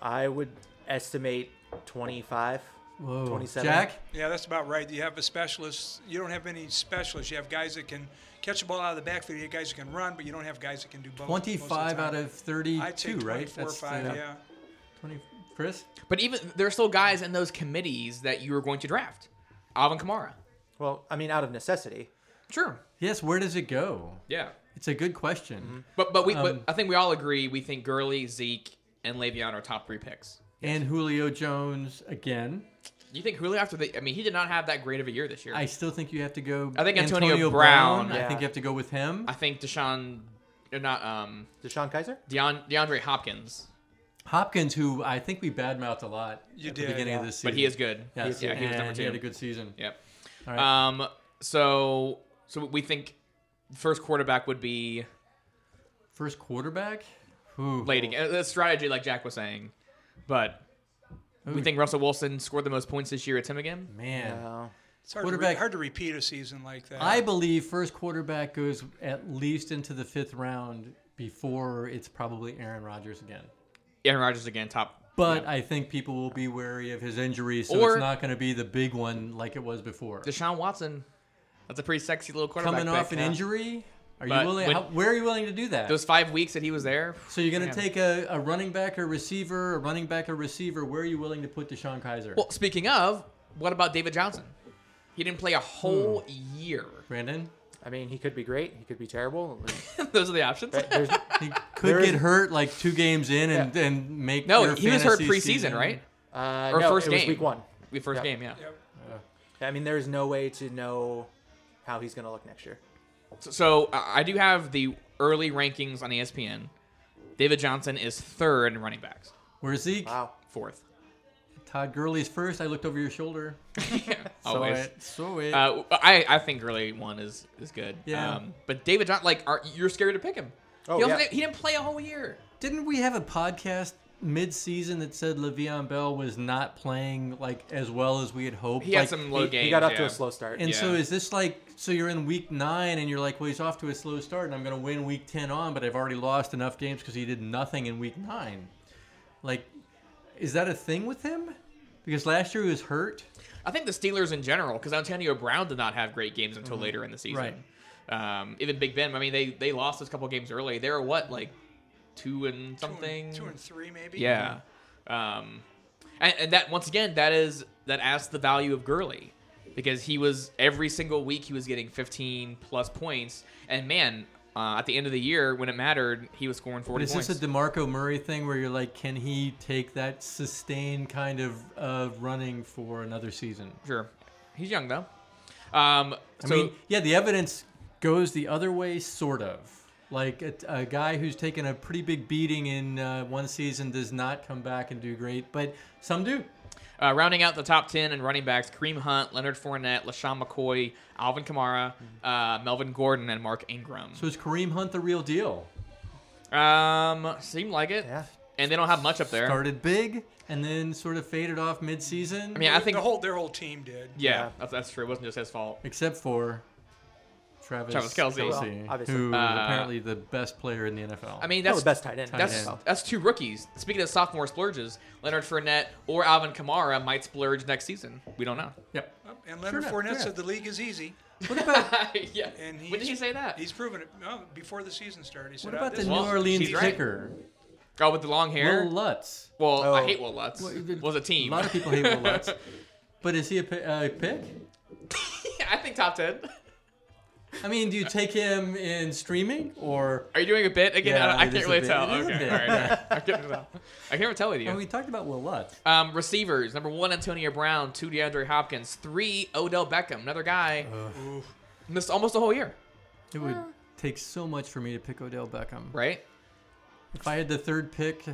I would estimate 25. Whoa. 27. Oh, Jack. Yeah, that's about right. You have a specialist. You don't have any specialists. You have guys that can catch the ball out of the backfield. You have guys that can run, but you don't have guys that can do both. most of the 25 time. out of 32, I'd say 24 right? or five. the- yeah. 20, Chris? But even there are still guys in those committees that you were going to draft. Alvin Kamara. Well, I mean, out of necessity. Sure. Yes, where does it go? Yeah. It's a good question. Mm-hmm. But but we Um, but I think we all agree we think Gurley, Zeke, and Le'Veon are top three picks. And Julio Jones again. You think Julio after the I mean he did not have that great of a year this year. I I, still think you have to go. I think Antonio Brown. I think Yeah. you have to go with him. think Deshaun or not um Deshaun Kaiser? Deon, DeAndre Hopkins. Hopkins, who I think we badmouthed a lot You at did, the beginning of yeah. this season. But he is good. Yes, Yeah, he was and number He had two. a good season. Yep. All right. Um so so we think first quarterback would be First quarterback? Who? late again. A strategy like Jack was saying. But we Ooh. think Russell Wilson scored the most points this year. It's him again. Man. No. It's hard to, re- Quarterback. hard to repeat a season like that. I believe first quarterback goes at least into the fifth round before it's probably Aaron Rodgers again. Aaron Rodgers again, top. But I think people will be wary of his injury, so Or- it's not going to be the big one like it was before. Deshaun Watson. That's a pretty sexy little quarterback. Coming off pick, an yeah. injury, are But you willing? when- how, where are you willing to do that? Those five weeks that he was there. so you're going man. to take a, a running back, a receiver, a running back, a receiver. Where are you willing to put Deshaun Kaiser? Well, speaking of, what about David Johnson? He didn't play a whole Hmm. year. Brandon, I mean, he could be great. He could be terrible. Those are the options. There's, he could There get is- hurt like two games in and, and make No, your he was hurt fantasy preseason, season. right? uh, Or no, first it was game. week one. The first Yeah. game, yeah. Yep. I mean, there's no way to know how he's going to look next year. So, so uh, I I do have the early rankings on E ESPN. David Johnson is third in running backs, Where's Zeke? Wow. fourth. Todd Gurley's first. I looked over your shoulder. So Always. it. So it. Uh, I I think early one is is good. Um, Yeah. but David Johnson, like, are, you're scared to pick him. Oh, he, also yeah. didn't, he didn't play a whole year. Didn't we have a podcast mid-season that said Le'Veon Bell was not playing like as well as we had hoped? He like, had some low He- games. he got off to yeah. a slow start. And so Yeah. is this like so you're in week nine and you're like, well, he's off to a slow start and I'm going to win week ten on, but I've already lost enough games because he did nothing in week nine. Like, is that a thing with him? Because last year he was hurt. I think the Steelers in general, because Antonio Brown did not have great games until later in the season. Um, even Big Ben. I mean, they they lost those couple games early. They were what like two and Two and- something. Two, and three, maybe. Yeah. Um, and, and that once again, that is that adds to the value of Gurley because he was every single week he was getting 15 plus points, and man, uh, at the end of the year when it mattered, he was scoring 40 But is points. this a Demarco Murray thing where you're like, can he take that sustained kind of uh, running for another season? sure, he's young though. Um, I so mean, yeah, the evidence goes the other way, sort of. Like a, a guy who's taken a pretty big beating in uh, one season does not come back and do great, but some do. Uh, rounding out the top 10 and running backs, Kareem Hunt, Leonard Fournette, LaShawn McCoy, Alvin Kamara, uh, Melvin Gordon, and Mark Ingram. Mm-hmm. So is Kareem Hunt the real deal? Um, seemed like it. Yeah. And they don't have much up there. Started big and then sort of faded off mid-season. I mean, I think. the whole their whole team did. yeah, Yeah. That's, that's true. It wasn't just his fault. except for Travis, Travis Kelce. Well, obviously. who is Uh, apparently the best player in the NFL. I mean, That's that's the best tight end. in the That's NFL. that's two rookies. Speaking of sophomore splurges, Leonard Fournette or Alvin Kamara might splurge next season. We don't know. yep. Oh, And Leonard enough, Fournette yeah. said the league is easy, yeah. and he when did he say that? He's proven it no, before the season started. He said, What about "Oh, the this- New Well, Orleans she's right. kicker, Oh, with the long hair. Will Lutz? well, I Oh. hate Will Lutz. Well, was a team. A lot of people hate Will Lutz. But is he a pi- a pick? I think top ten. I mean, do you take him in streaming or? Are you doing a bit again? Yeah, I, I it can't is a really bit. tell. It is a Okay, bit. all right, all right. I can't tell. I can't tell with Oh, you. we talked about Will Lutz. Um, receivers number one Antonio Brown, two DeAndre Hopkins, three Odell Beckham, another guy missed almost a whole year, It would take so much for me to pick Odell Beckham. right? If I had the third pick,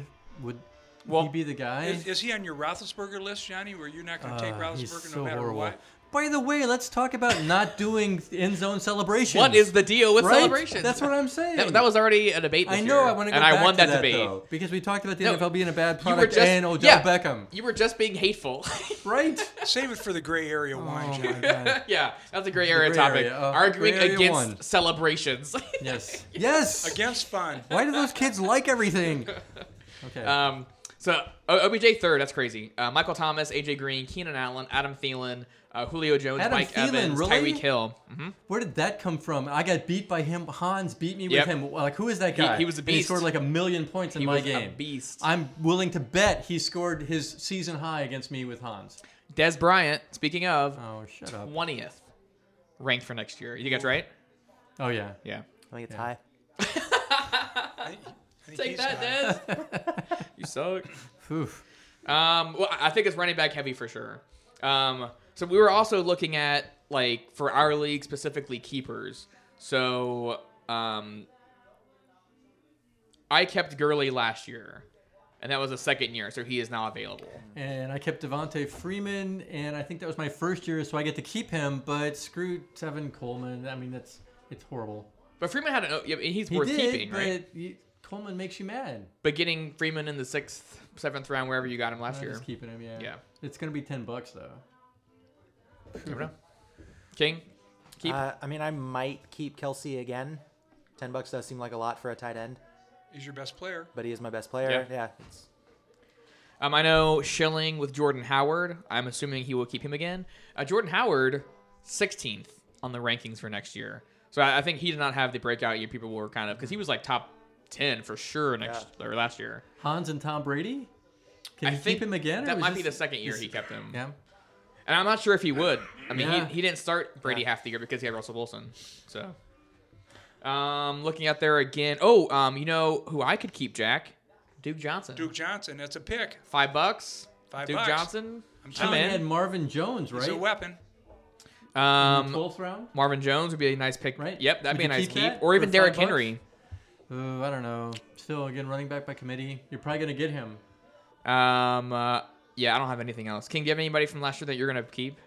would Well, he be the guy? Is, is he on your Roethlisberger list, Johnny? Where you're not going to take Uh, Roethlisberger he's no so matter horrible. what? By the way, let's talk about not doing end zone celebrations. What is the deal with right? celebrations? That's what I'm saying. That, that was already a debate. This I know. year, I want to go and back I won to that, debate. though, because we talked about the No, NFL being a bad You were product just and Odell yeah, Beckham. You were just being hateful. Right? Save it for the gray area wine, oh Johnny. my god. yeah, that's a gray area gray topic. area, uh, Arguing gray area against won. celebrations. Yes. Yes. Against fun. Why do those kids like everything? Okay. Um, so O- OBJ third, that's crazy. Uh, Michael Thomas, AJ Green, Keenan Allen, Adam Thielen, uh, Julio Jones, Adam Mike Thielen, Evans, really? Tyreek Hill. Mhm. Where did that come from? I got beat by him. Hans beat me Yep. with him. Like, who is that guy? he was a And he beast. scored like a million points in He my was a game. beast. I'm willing to bet he scored his season high against me with Hans. Des Bryant, speaking of, Oh, shut up. twentieth ranked for next year. You guys right? Oh yeah. Yeah. I think it's high. I think- I think Take he's that, high. Des. you suck. Oof. Um, well, I I think it's running back heavy for sure. Um, so we were also looking at like for our league specifically keepers. So um, I kept Gurley last year, and that was the second year, so he is now available. And I kept Devonte Freeman, and I think that was my first year, so I get to keep him. But screw Tevin Coleman. I mean, that's it's horrible. But Freeman had an oh, yeah, he's He worth did, keeping, right? but you- Coleman makes you mad. But getting Freeman in the sixth, seventh round, wherever you got him last I'm year, just keeping him. Yeah. Yeah. It's gonna be ten bucks though. Never know. King, keep Uh, I mean, I might keep Kelsey again. Ten bucks does seem like a lot for a tight end, He's your best player. but he is my best player. Yeah. Yeah. it's- Um, I know Schilling with Jordan Howard. I'm assuming he will keep him again. Uh, Jordan Howard, 16th on the rankings for next year. So I, I think he did not have the breakout year people were kind of because he was like top ten for sure next or last year. Hans and Tom Brady. Can I you think keep him again? or That is might be the this- second year this- he kept him. Yeah. And I'm not sure if he would. I mean, Yeah. he, he didn't start Brady half the year because he had Russell Wilson. So, um, looking out there again. Oh, um, you know who I could keep, Jack? Duke Johnson. Duke Johnson, that's a pick. Five bucks. Five Duke bucks. Johnson. I'm Tom I'm telling had in. Marvin Jones, It's right? a weapon. Um, Twelfth round. Marvin Jones would be a nice pick. Right. Yep, that'd Would be a you nice keep. keep that Or for even five Derrick bucks? Henry. Ooh, I don't know. Still again, running back by committee. You're probably gonna get him. Um, uh, yeah, I don't have anything else. King, do you have anybody from last year that you're gonna keep?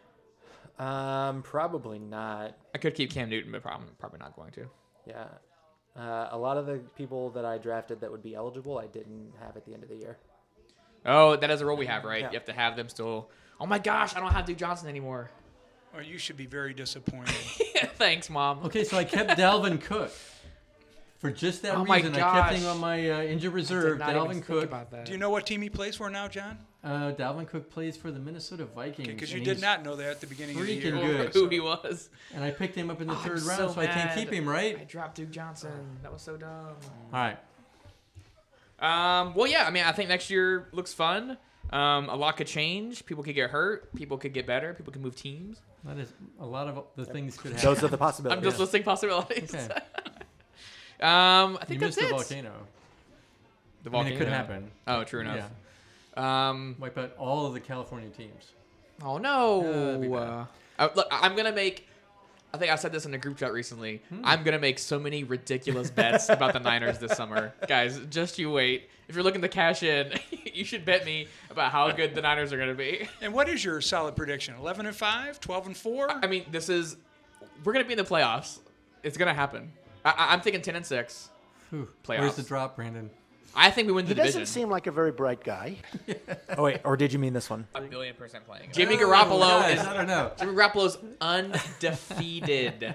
Um, probably not. I could keep Cam Newton, but probably probably not going to. Yeah. Uh, a lot of the people that I drafted that would be eligible, I didn't have at the end of the year. Oh, that is a rule we have, right? Yeah. You have to have them still. Oh my gosh, I don't have Duke Johnson anymore. Or Oh, you should be very disappointed. Thanks, mom. Okay, so I kept Dalvin Cook for just that Oh my reason. I kept gosh. him on my uh, injured reserve. Dalvin Cook. that. Do you know what team he plays for now, John? Uh, Dalvin Cook plays for the Minnesota Vikings. Because you and did he's- not know that at the beginning of the freaking year. good. who he was? And I picked him up in the Oh, I'm third round, so so, I mad. can't keep him, right? I dropped Duke Johnson. That was so dumb. All right. Um, well, yeah. I mean, I think next year looks fun. Um, a lot could change. People could get hurt. People could get better. People could move teams. That is a lot of the things could happen. Those are the possibilities. I'm just listing possibilities. Okay. um, I You think that's missed the it. volcano. The I mean, it could volcano. happen. Oh, true enough. Yeah. Um, Wipe out all of the California teams. Oh no! Yeah, that'd be bad. Uh, I, look, I- I'm gonna make. I think I said this in a group chat recently. Hmm. I'm gonna make so many ridiculous bets about the Niners this summer, guys. Just you wait. If you're looking to cash in, you should bet me about how good the Niners are gonna be. And what is your solid prediction? 11 and 5, 12 and 4? I mean, this is we're gonna be in the playoffs. It's gonna happen. I, I, I'm thinking ten and six. Whew. Playoffs. Where's the drop, Brandon? I think we win the He division. doesn't seem like a very bright guy. oh wait, or did you mean this one? a billion percent playing. Oh, Jimmy Garoppolo Guys, is I don't know. Jimmy Garoppolo's undefeated.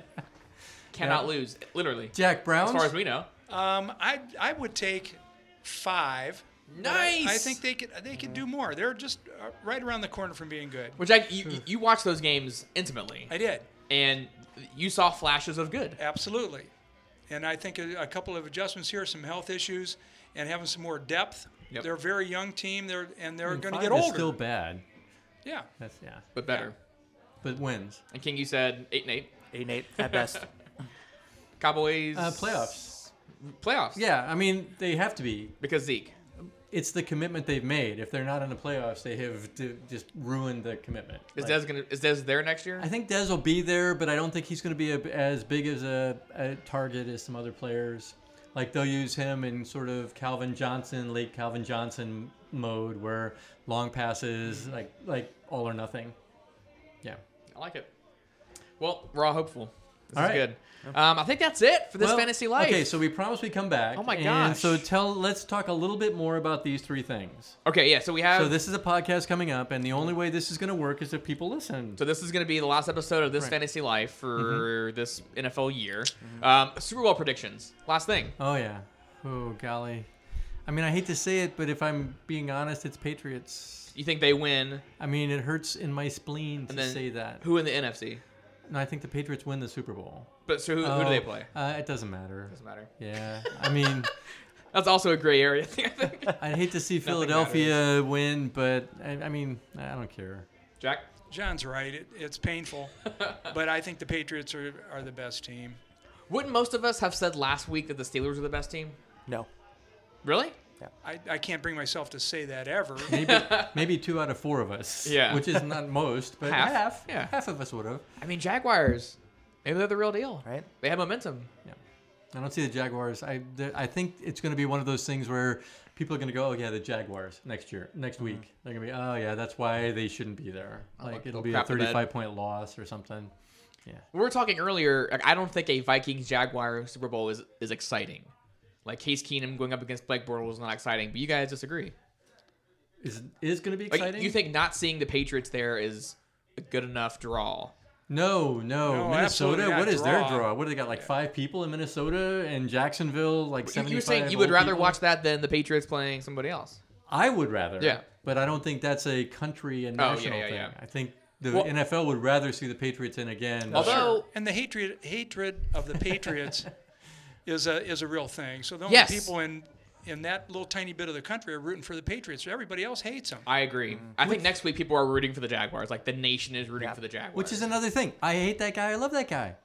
Cannot lose, literally. Jack Brown. As far as we know. um, I, I would take 5. but I- Nice. I think they could they could do more. They're just uh, right around the corner from being good. Which I Hmm. you, you watch those games intimately, I did. and you saw flashes of good. Absolutely. And I think a, a couple of adjustments here, some health issues, and having some more depth. Yep. They're a very young team, they're, and they're going to Five get is older. Still bad. yeah. That's yeah. But better. But wins. And King, you said eight and eight. Eight and eight at best. Cowboys Uh, playoffs. Playoffs. Yeah, I mean they have to be. Because Zeke. It's the commitment they've made. If they're not in the playoffs, they have d- just ruined the commitment. Is Like, Dez gonna is Dez there next year? I think Dez will be there, but I don't think he's going to be a, as big as a, a target as some other players. Like they'll use him in sort of Calvin Johnson, late Calvin Johnson mode, where long passes, like like all or nothing. Yeah. I like it. Well, we're all hopeful. This All is right. good. Um, I think that's it for this Well, fantasy life. Okay, so we promise we come back. Oh my And so gosh. tell, let's talk a little bit more about these three things. Okay, yeah. So we have. So this is a podcast coming up, and the only way this is going to work is if people listen. So this is going to be the last episode of this fantasy life for this NFL year. Um, Super Bowl predictions. Last thing. Oh yeah. Oh golly. I mean, I hate to say it, but if I'm being honest, it's Patriots. You think they win? I mean, it hurts in my spleen to And then say that. Who in the NFC? No, I think the Patriots win the Super Bowl. But so who, who do Oh, they play? Uh, it doesn't matter. Doesn't matter. Yeah. I mean, That's also a gray area thing. I think. I'd hate to see Philadelphia win, but I, I mean, I don't care. Jack. John's right. It, it's painful. but I think the Patriots are, are the best team. Wouldn't most of us have said last week that the Steelers were the best team? No. Really? I, I can't bring myself to say that ever. Maybe, maybe two out of four of us. Yeah. Which is not most, but Half, half. yeah. Half of us would have. I mean, Jaguars. Maybe they're the real deal. Right. They have momentum. I don't see the Jaguars. I, the- I think it's going to be one of those things where people are going to go, oh, yeah, the Jaguars next year, Mm-hmm. next week. They're going to be, oh, yeah, that's why they shouldn't be there. Like, look, it'll they'll be a crap the bed. 35 point loss or something. We were talking earlier. Like, I don't think a Vikings Jaguar Super Bowl is is exciting. Like Case Keenum going up against Blake Bortles is not exciting. But you guys disagree. Is, is going to be Like, exciting? you think not seeing the Patriots there is a good enough draw? No, no, No, absolutely Minnesota. not What is their draw. draw? What do they got? Like five people in Minnesota and Jacksonville, like You, seventy. you're saying you would rather watch that than the Patriots playing somebody else. I would rather. Yeah. But I don't think that's a country and Oh, yeah, national yeah, thing. yeah. I think the Well- NFL would rather see the Patriots in again. Although And the hatred hatred of the Patriots is a is a real thing. So the only Yes. people in in that little tiny bit of the country are rooting for the Patriots. Everybody else hates them. I agree. I think next week people are rooting for the Jaguars. Like the nation is rooting for the Jaguars. which is another thing. I hate that guy. I love that guy.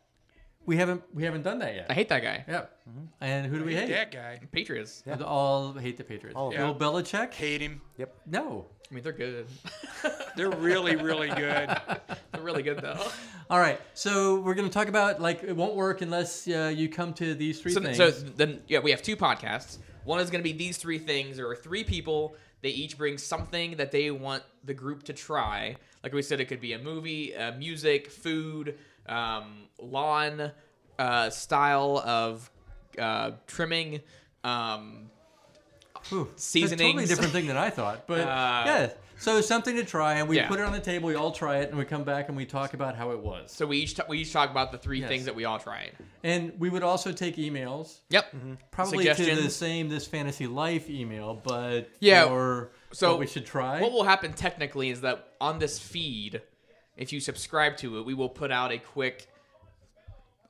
We haven't we haven't done that yet. I hate that guy. yeah. Mm-hmm. And who do we hate? That guy Patriots. We All hate the Patriots. All of Bill Belichick? hate him. No. I mean, they're good. They're really really good. they're really good though. All right. So we're going to talk about like it won't work unless uh, you come to these three so, things. so then yeah, we have two podcasts. One is going to be these three things. There are three people. They each bring something that they want the group to try. Like we said, it could be a movie, uh, music, food, um, lawn, uh, style of uh, trimming. Um, Whew. seasonings. That's totally different thing than I thought. But Uh, yeah. So something to try, and we Yeah. put it on the table. We all try it, and we come back and we talk about how it was. so we each t- we each talk about the three Yes. things that we all tried. And we would also take emails, Yep. Mm-hmm. probably to the Suggestions. same this fantasy life email, but Yeah, Or so what we should try. What will happen technically is that on this feed, if you subscribe to it, we will put out a quick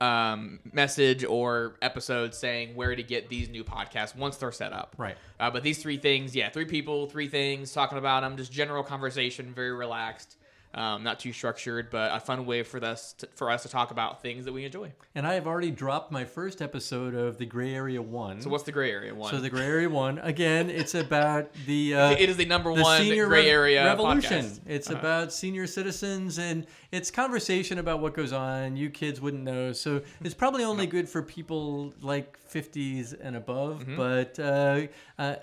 um, message or episode saying where to get these new podcasts once they're set up. Right. Uh, but these three things, yeah, three people, three things, talking about them, just general conversation, very relaxed. Um, not too structured, but a fun way for us to, for us to talk about things that we enjoy. and I have already dropped my first episode of the Gray Area One. So what's the gray area one? So the Gray Area One again. It's about the. Uh, it is the number one gray rev- area revolution. podcast. Uh-huh. It's about senior citizens and it's conversation about what goes on. You kids wouldn't know, so it's probably only good for people like 50s and above. Mm-hmm. But uh, uh,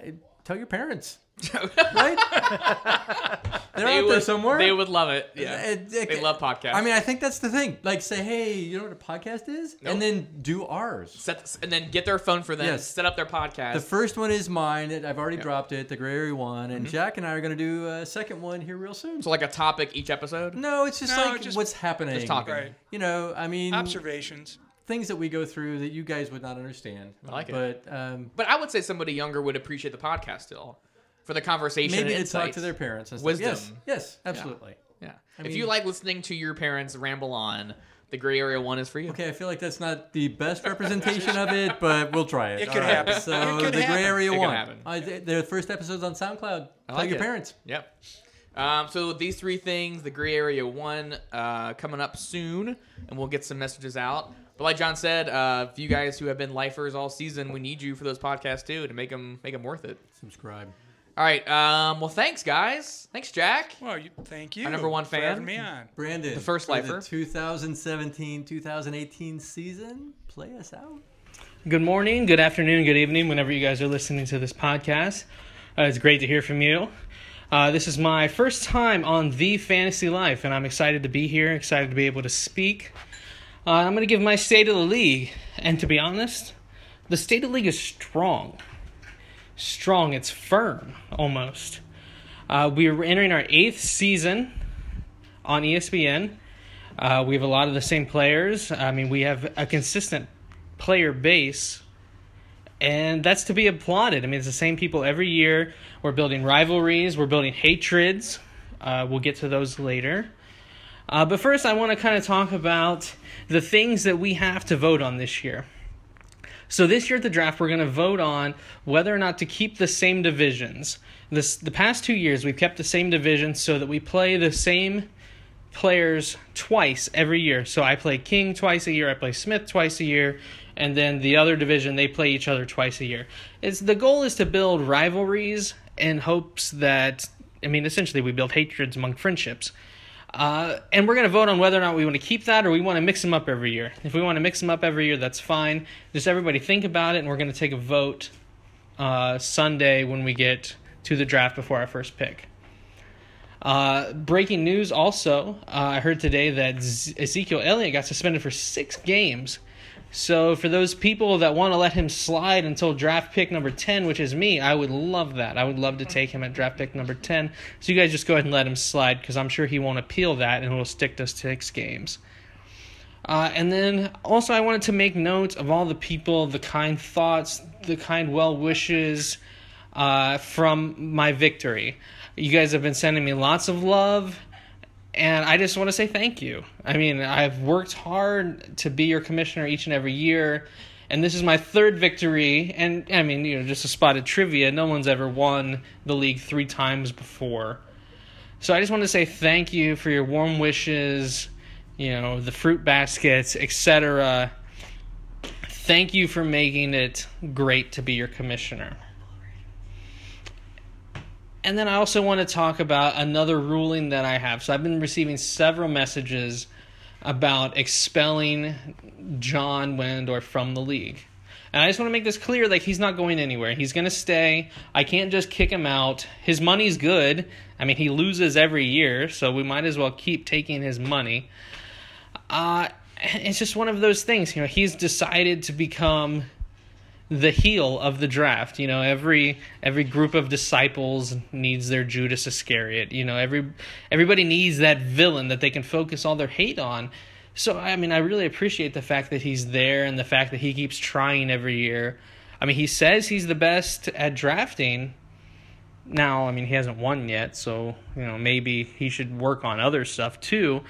tell your parents, right? They're out there would, somewhere. They would love it. Yeah, It- it- they love podcasts. I mean, I think that's the thing. Like, say, hey, you know what a podcast is, Nope. and then do ours. set and then get their phone for them. Yes. Set up their podcast. The first one is mine. I've already dropped it, the Gray Area one, Mm-hmm. and Jack and I are going to do a second one here real soon. So like a topic each episode. No, it's just No, like just- what's happening. Just talking. Right. You know, I mean, Observations. things that we go through that you guys would not understand. I like it. but, um, But I would say somebody younger would appreciate the podcast still for the conversation. maybe and to talk insights. to their parents. And stuff. Wisdom. Yes, yes, absolutely. Yeah. if mean- you like listening to your parents ramble on, the gray area one is for you. Okay, I feel like that's not the best representation of it, but we'll try it. It All could right, happen. So It could the happen. gray area It could one. happen. I, th- their first episode's on SoundCloud. I Tell like your it. parents. Yep. Um, so these three things, the gray area one, uh, coming up soon, and we'll get some messages out. But like John said, uh, if you guys who have been lifers all season, we need you for those podcasts too to make them make them worth it. Subscribe. All right. Um, well, thanks guys. Thanks Jack. Well, you, thank you. Our number one for fan. having me on. Brandon, The first for lifer. 2017-2018 season, play us out. Good morning, good afternoon, good evening, whenever you guys are listening to this podcast. Uh, it's great to hear from you. Uh, this is my first time on The Fantasy Life, and I'm excited to be here, excited to be able to speak. Uh, I'm going to give my state of the league, and to be honest, the state of the league is strong. Strong, it's firm almost. Uh, we are entering our eighth season on E ESPN. Uh, we have a lot of the same players. I mean, we have a consistent player base, and that's to be applauded. I mean, it's the same people every year. We're building rivalries, we're building hatreds. Uh, we'll get to those later. Uh, but first, I want to kind of talk about the things that we have to vote on this year. So this year at the draft, we're going to vote on whether or not to keep the same divisions. This the past two years, we've kept the same divisions so that we play the same players twice every year. So I play King twice a year, I play Smith twice a year, and then the other division they play each other twice a year. It's the goal is to build rivalries in hopes that I mean essentially we build hatreds among friendships. Uh, and we're going to vote on whether or not we want to keep that or we want to mix them up every year. If we want to mix them up every year, that's fine. Just everybody think about it, and we're going to take a vote uh, Sunday when we get to the draft before our first pick. Uh, breaking news also, uh, I heard today that Z- Ezekiel Elliott got suspended for six games. So, for those people that want to let him slide until draft pick number 10, which is me, I would love that. I would love to take him at draft pick number 10. So, you guys just go ahead and let him slide because I'm sure he won't appeal that and it'll stick to six games. Uh, and then also, I wanted to make notes of all the people, the kind thoughts, the kind well wishes uh, from my victory. You guys have been sending me lots of love, And I just want to say thank you. I mean, I've worked hard to be your commissioner each and every year, and this is my third victory. And I mean, you know, just a spot of trivia no one's ever won the league three times before. So I just want to say thank you for your warm wishes, you know, the fruit baskets, etc. Thank you for making it great to be your commissioner. And then I also want to talk about another ruling that I have. So I've been receiving several messages about expelling John Wendor from the league. And I just want to make this clear like he's not going anywhere. He's going to stay. I can't just kick him out. His money's good. I mean, he loses every year, so we might as well keep taking his money. Uh it's just one of those things, you know, he's decided to become the heel of the draft. You know, every every group of disciples needs their Judas Iscariot. You know, every everybody needs that villain that they can focus all their hate on. So I mean, I really appreciate the fact that he's there and the fact that he keeps trying every year. I mean, he says he's the best at drafting. Now, I mean, he hasn't won yet, so you know maybe he should work on other stuff too.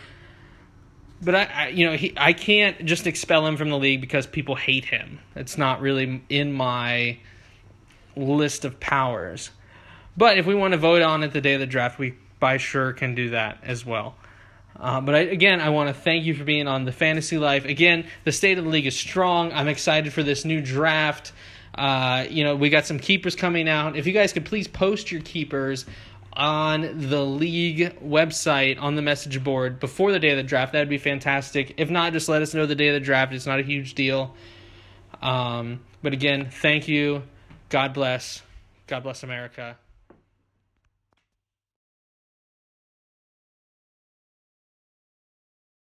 But I, I you know, he, I can't just expel him from the league because people hate him. It's not really in my list of powers. But if we want to vote on it the day of the draft, we by sure can do that as well. Uh, but I, again, I want to thank you for being on the Fantasy Life. Again, the state of the league is strong. I'm excited for this new draft. Uh, you know, we got some keepers coming out. If you guys could please post your keepers on the league website on the message board before the day of the draft, that'd be fantastic. If not, just let us know the day of the draft. It's not a huge deal. Um, but again, thank you. God bless. God bless America.